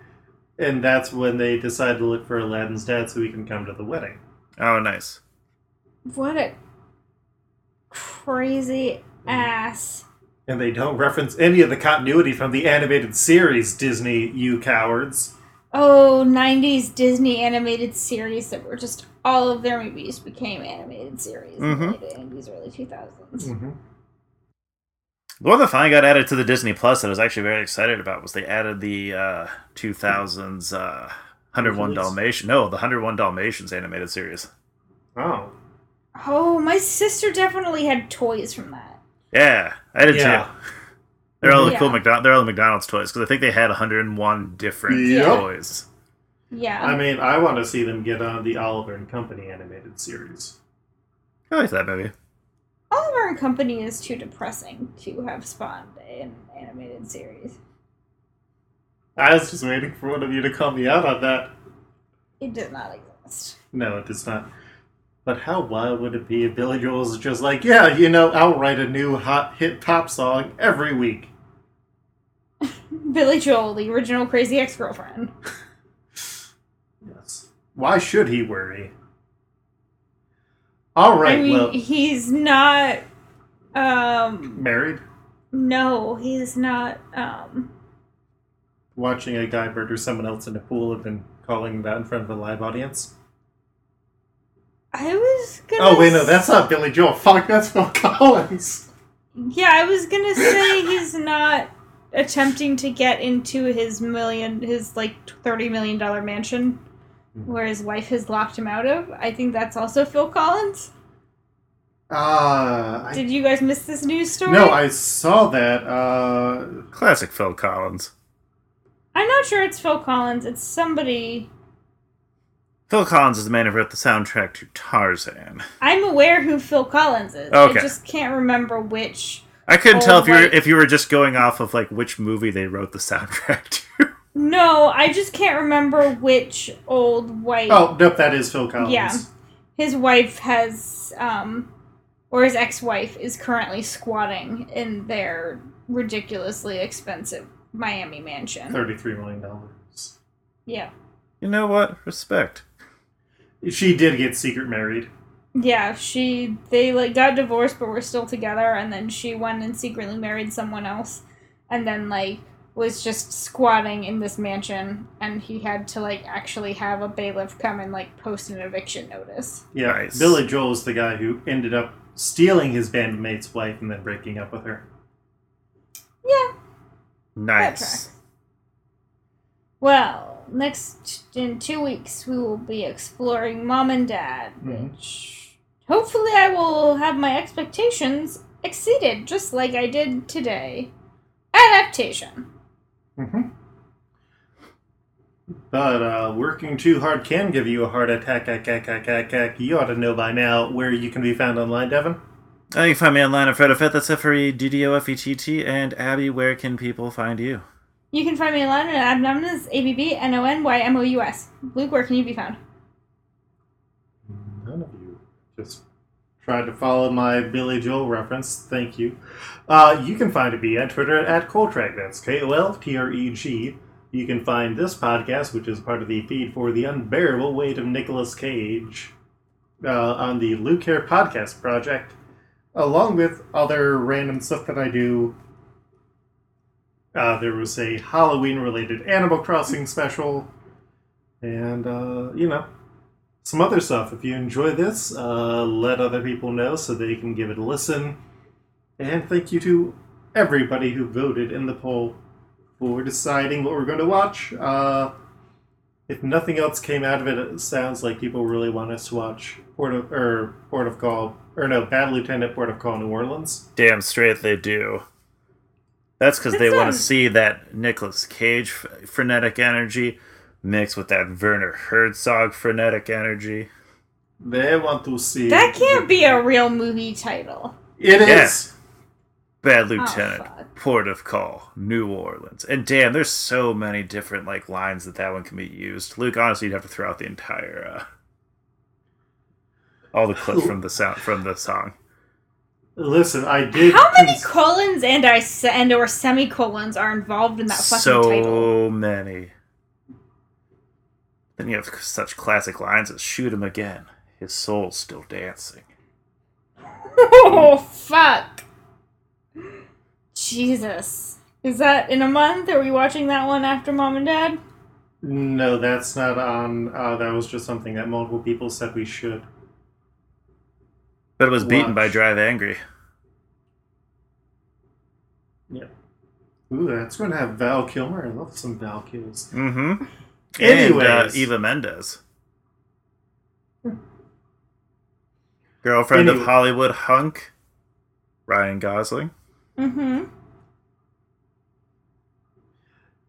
Speaker 6: And that's when they decide to look for Aladdin's dad so he can come to the wedding.
Speaker 7: oh, nice.
Speaker 8: What a crazy ass.
Speaker 6: And they don't reference any of the continuity from the animated series, Disney, you cowards.
Speaker 8: Oh, 90s Disney animated series that were just all of their movies became animated series in
Speaker 6: Mm-hmm.
Speaker 7: Mhm.
Speaker 8: the late 90s, early 2000s.
Speaker 7: The one that finally got added to the Disney Plus that I was actually very excited about was they added the uh, 2000s uh, 101
Speaker 6: Release?
Speaker 7: Dalmatians. No, the 101 Dalmatians animated series.
Speaker 6: Oh.
Speaker 8: Oh, my sister definitely had toys from that.
Speaker 7: Yeah, I did
Speaker 6: Yeah.
Speaker 7: too. They're all the
Speaker 8: Yeah.
Speaker 7: cool McDonald. They're all the McDonald's toys because I think they had 101 different
Speaker 6: Yep.
Speaker 7: toys.
Speaker 8: Yeah.
Speaker 6: I mean, I want to see them get on the Oliver and Company animated series.
Speaker 7: I like that movie.
Speaker 8: Oliver and Company is too depressing to have spawned an animated series.
Speaker 6: I was just waiting for one of you to call me out on that.
Speaker 8: It does not exist.
Speaker 6: No, it does not. But how wild would it be if Billy Joel is just like, yeah, you know, I'll write a new hot hit pop song every week.
Speaker 8: Billy Joel, the original crazy ex girlfriend.
Speaker 6: Yes. Why should he worry? All right,
Speaker 8: I mean,
Speaker 6: well,
Speaker 8: he's not. Um,
Speaker 6: married,
Speaker 8: no, he's not. Um,
Speaker 6: watching a guy murder someone else in a pool and then calling that in front of a live audience.
Speaker 8: I was gonna.
Speaker 6: Oh wait, no,
Speaker 8: s-
Speaker 6: that's not Billy Joel. Fuck, that's Phil Collins.
Speaker 8: Yeah, I was gonna say he's not attempting to get into his million, his like thirty million dollar mansion, where his wife has locked him out of. I think that's also Phil Collins.
Speaker 6: Ah, I
Speaker 8: Did you guys miss this news story?
Speaker 6: No, I saw that. Uh,
Speaker 7: Classic Phil Collins.
Speaker 8: I'm not sure it's Phil Collins. It's somebody.
Speaker 7: Phil Collins is the man who wrote the soundtrack to Tarzan.
Speaker 8: I'm aware who Phil Collins is.
Speaker 7: Okay.
Speaker 8: I just can't remember which.
Speaker 7: I couldn't
Speaker 8: Oh,
Speaker 7: tell if you were
Speaker 8: right.
Speaker 7: if you were just going off of like which movie they wrote the soundtrack to.
Speaker 8: No, I just can't remember which old white.
Speaker 6: oh, nope, that is Phil Collins.
Speaker 8: Yeah. His wife has, um, or his ex wife is currently squatting in their ridiculously expensive Miami mansion.
Speaker 6: Thirty-three million dollars.
Speaker 8: Yeah.
Speaker 7: you know what? Respect.
Speaker 6: She did get secret married.
Speaker 8: Yeah, she they like got divorced but were still together and then she went and secretly married someone else and then like was just squatting in this mansion and he had to like actually have a bailiff come and like post an eviction notice.
Speaker 6: Yeah,
Speaker 7: Nice.
Speaker 6: Billy Joel is the guy who ended up stealing his bandmate's wife and then breaking up with her.
Speaker 8: Yeah, That
Speaker 7: Nice.
Speaker 8: tracks. Well, next in two weeks we will be exploring mom and dad,
Speaker 7: Mm-hmm.
Speaker 6: Mhm.
Speaker 8: which hopefully I will have my expectations exceeded, just like I did today. Adaptation.
Speaker 6: But uh, working too hard can give you a heart attack. ack, ack, ack, ack, ack. You ought to know by now where you can be found online, Devin.
Speaker 7: Uh, You can find me online at Fred Fett. That's F R E D D O F E T T. And Abby, where can people find you?
Speaker 8: You can find me online at Abnominus, A B B N O N Y M O U S. Luke, where can you be found?
Speaker 6: None of you just tried to follow my Billy Joel reference. Thank you. Uh, you can find me at Twitter at Coltrag. That's K O L T R E G. You can find this podcast, which is part of the feed for the unbearable weight of Nicolas Cage, uh, on the Luke Care Podcast Project, along with other random stuff that I do. Uh, there was a Halloween-related Animal Crossing special, and uh, you know, some other stuff. If you enjoy this, uh, let other people know so they can give it a listen. And thank you to everybody who voted in the poll for deciding what we're going to watch. Uh, if nothing else came out of it, it sounds like people really want us to watch Port of or Port of Call or no Bad Lieutenant Port of Call New Orleans.
Speaker 7: Damn straight they do. That's because they
Speaker 8: That's
Speaker 7: want
Speaker 8: um,
Speaker 7: to see that Nicolas Cage f- frenetic energy mixed with that Werner Herzog frenetic energy.
Speaker 6: They want to see
Speaker 8: That can't be a real movie title.
Speaker 6: It is.
Speaker 7: Yes. Bad Lieutenant,
Speaker 8: Oh, fuck.
Speaker 7: Port of Call, New Orleans. And damn, there's so many different like lines that that one can be used. Luke, honestly, you'd have to throw out the entire uh, all the clips from the sound from the song.
Speaker 6: Listen, I did.
Speaker 8: How many
Speaker 6: cons-
Speaker 8: colons and I se- and or semicolons are involved in that fucking
Speaker 7: So
Speaker 8: title?
Speaker 7: many. Then you have such classic lines as "Shoot him again, his soul's still dancing."
Speaker 8: Oh fuck! Jesus, is that in a month? Are we watching that one after Mom and Dad?
Speaker 6: No, that's not on. Uh, that was just something that multiple people said we should.
Speaker 7: But it was beaten by
Speaker 6: Watch.
Speaker 7: Drive Angry.
Speaker 6: Yeah. Ooh, that's going to have Val Kilmer. I love some Val Kills.
Speaker 7: Mm-hmm. and, uh,
Speaker 6: Anyways.
Speaker 7: Eva Mendes, girlfriend
Speaker 6: Anyway.
Speaker 7: of Hollywood hunk Ryan Gosling.
Speaker 8: Mm-hmm.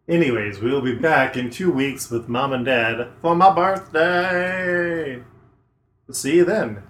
Speaker 6: Anyways, we'll be back in two weeks with Mom and Dad for my birthday. See you then.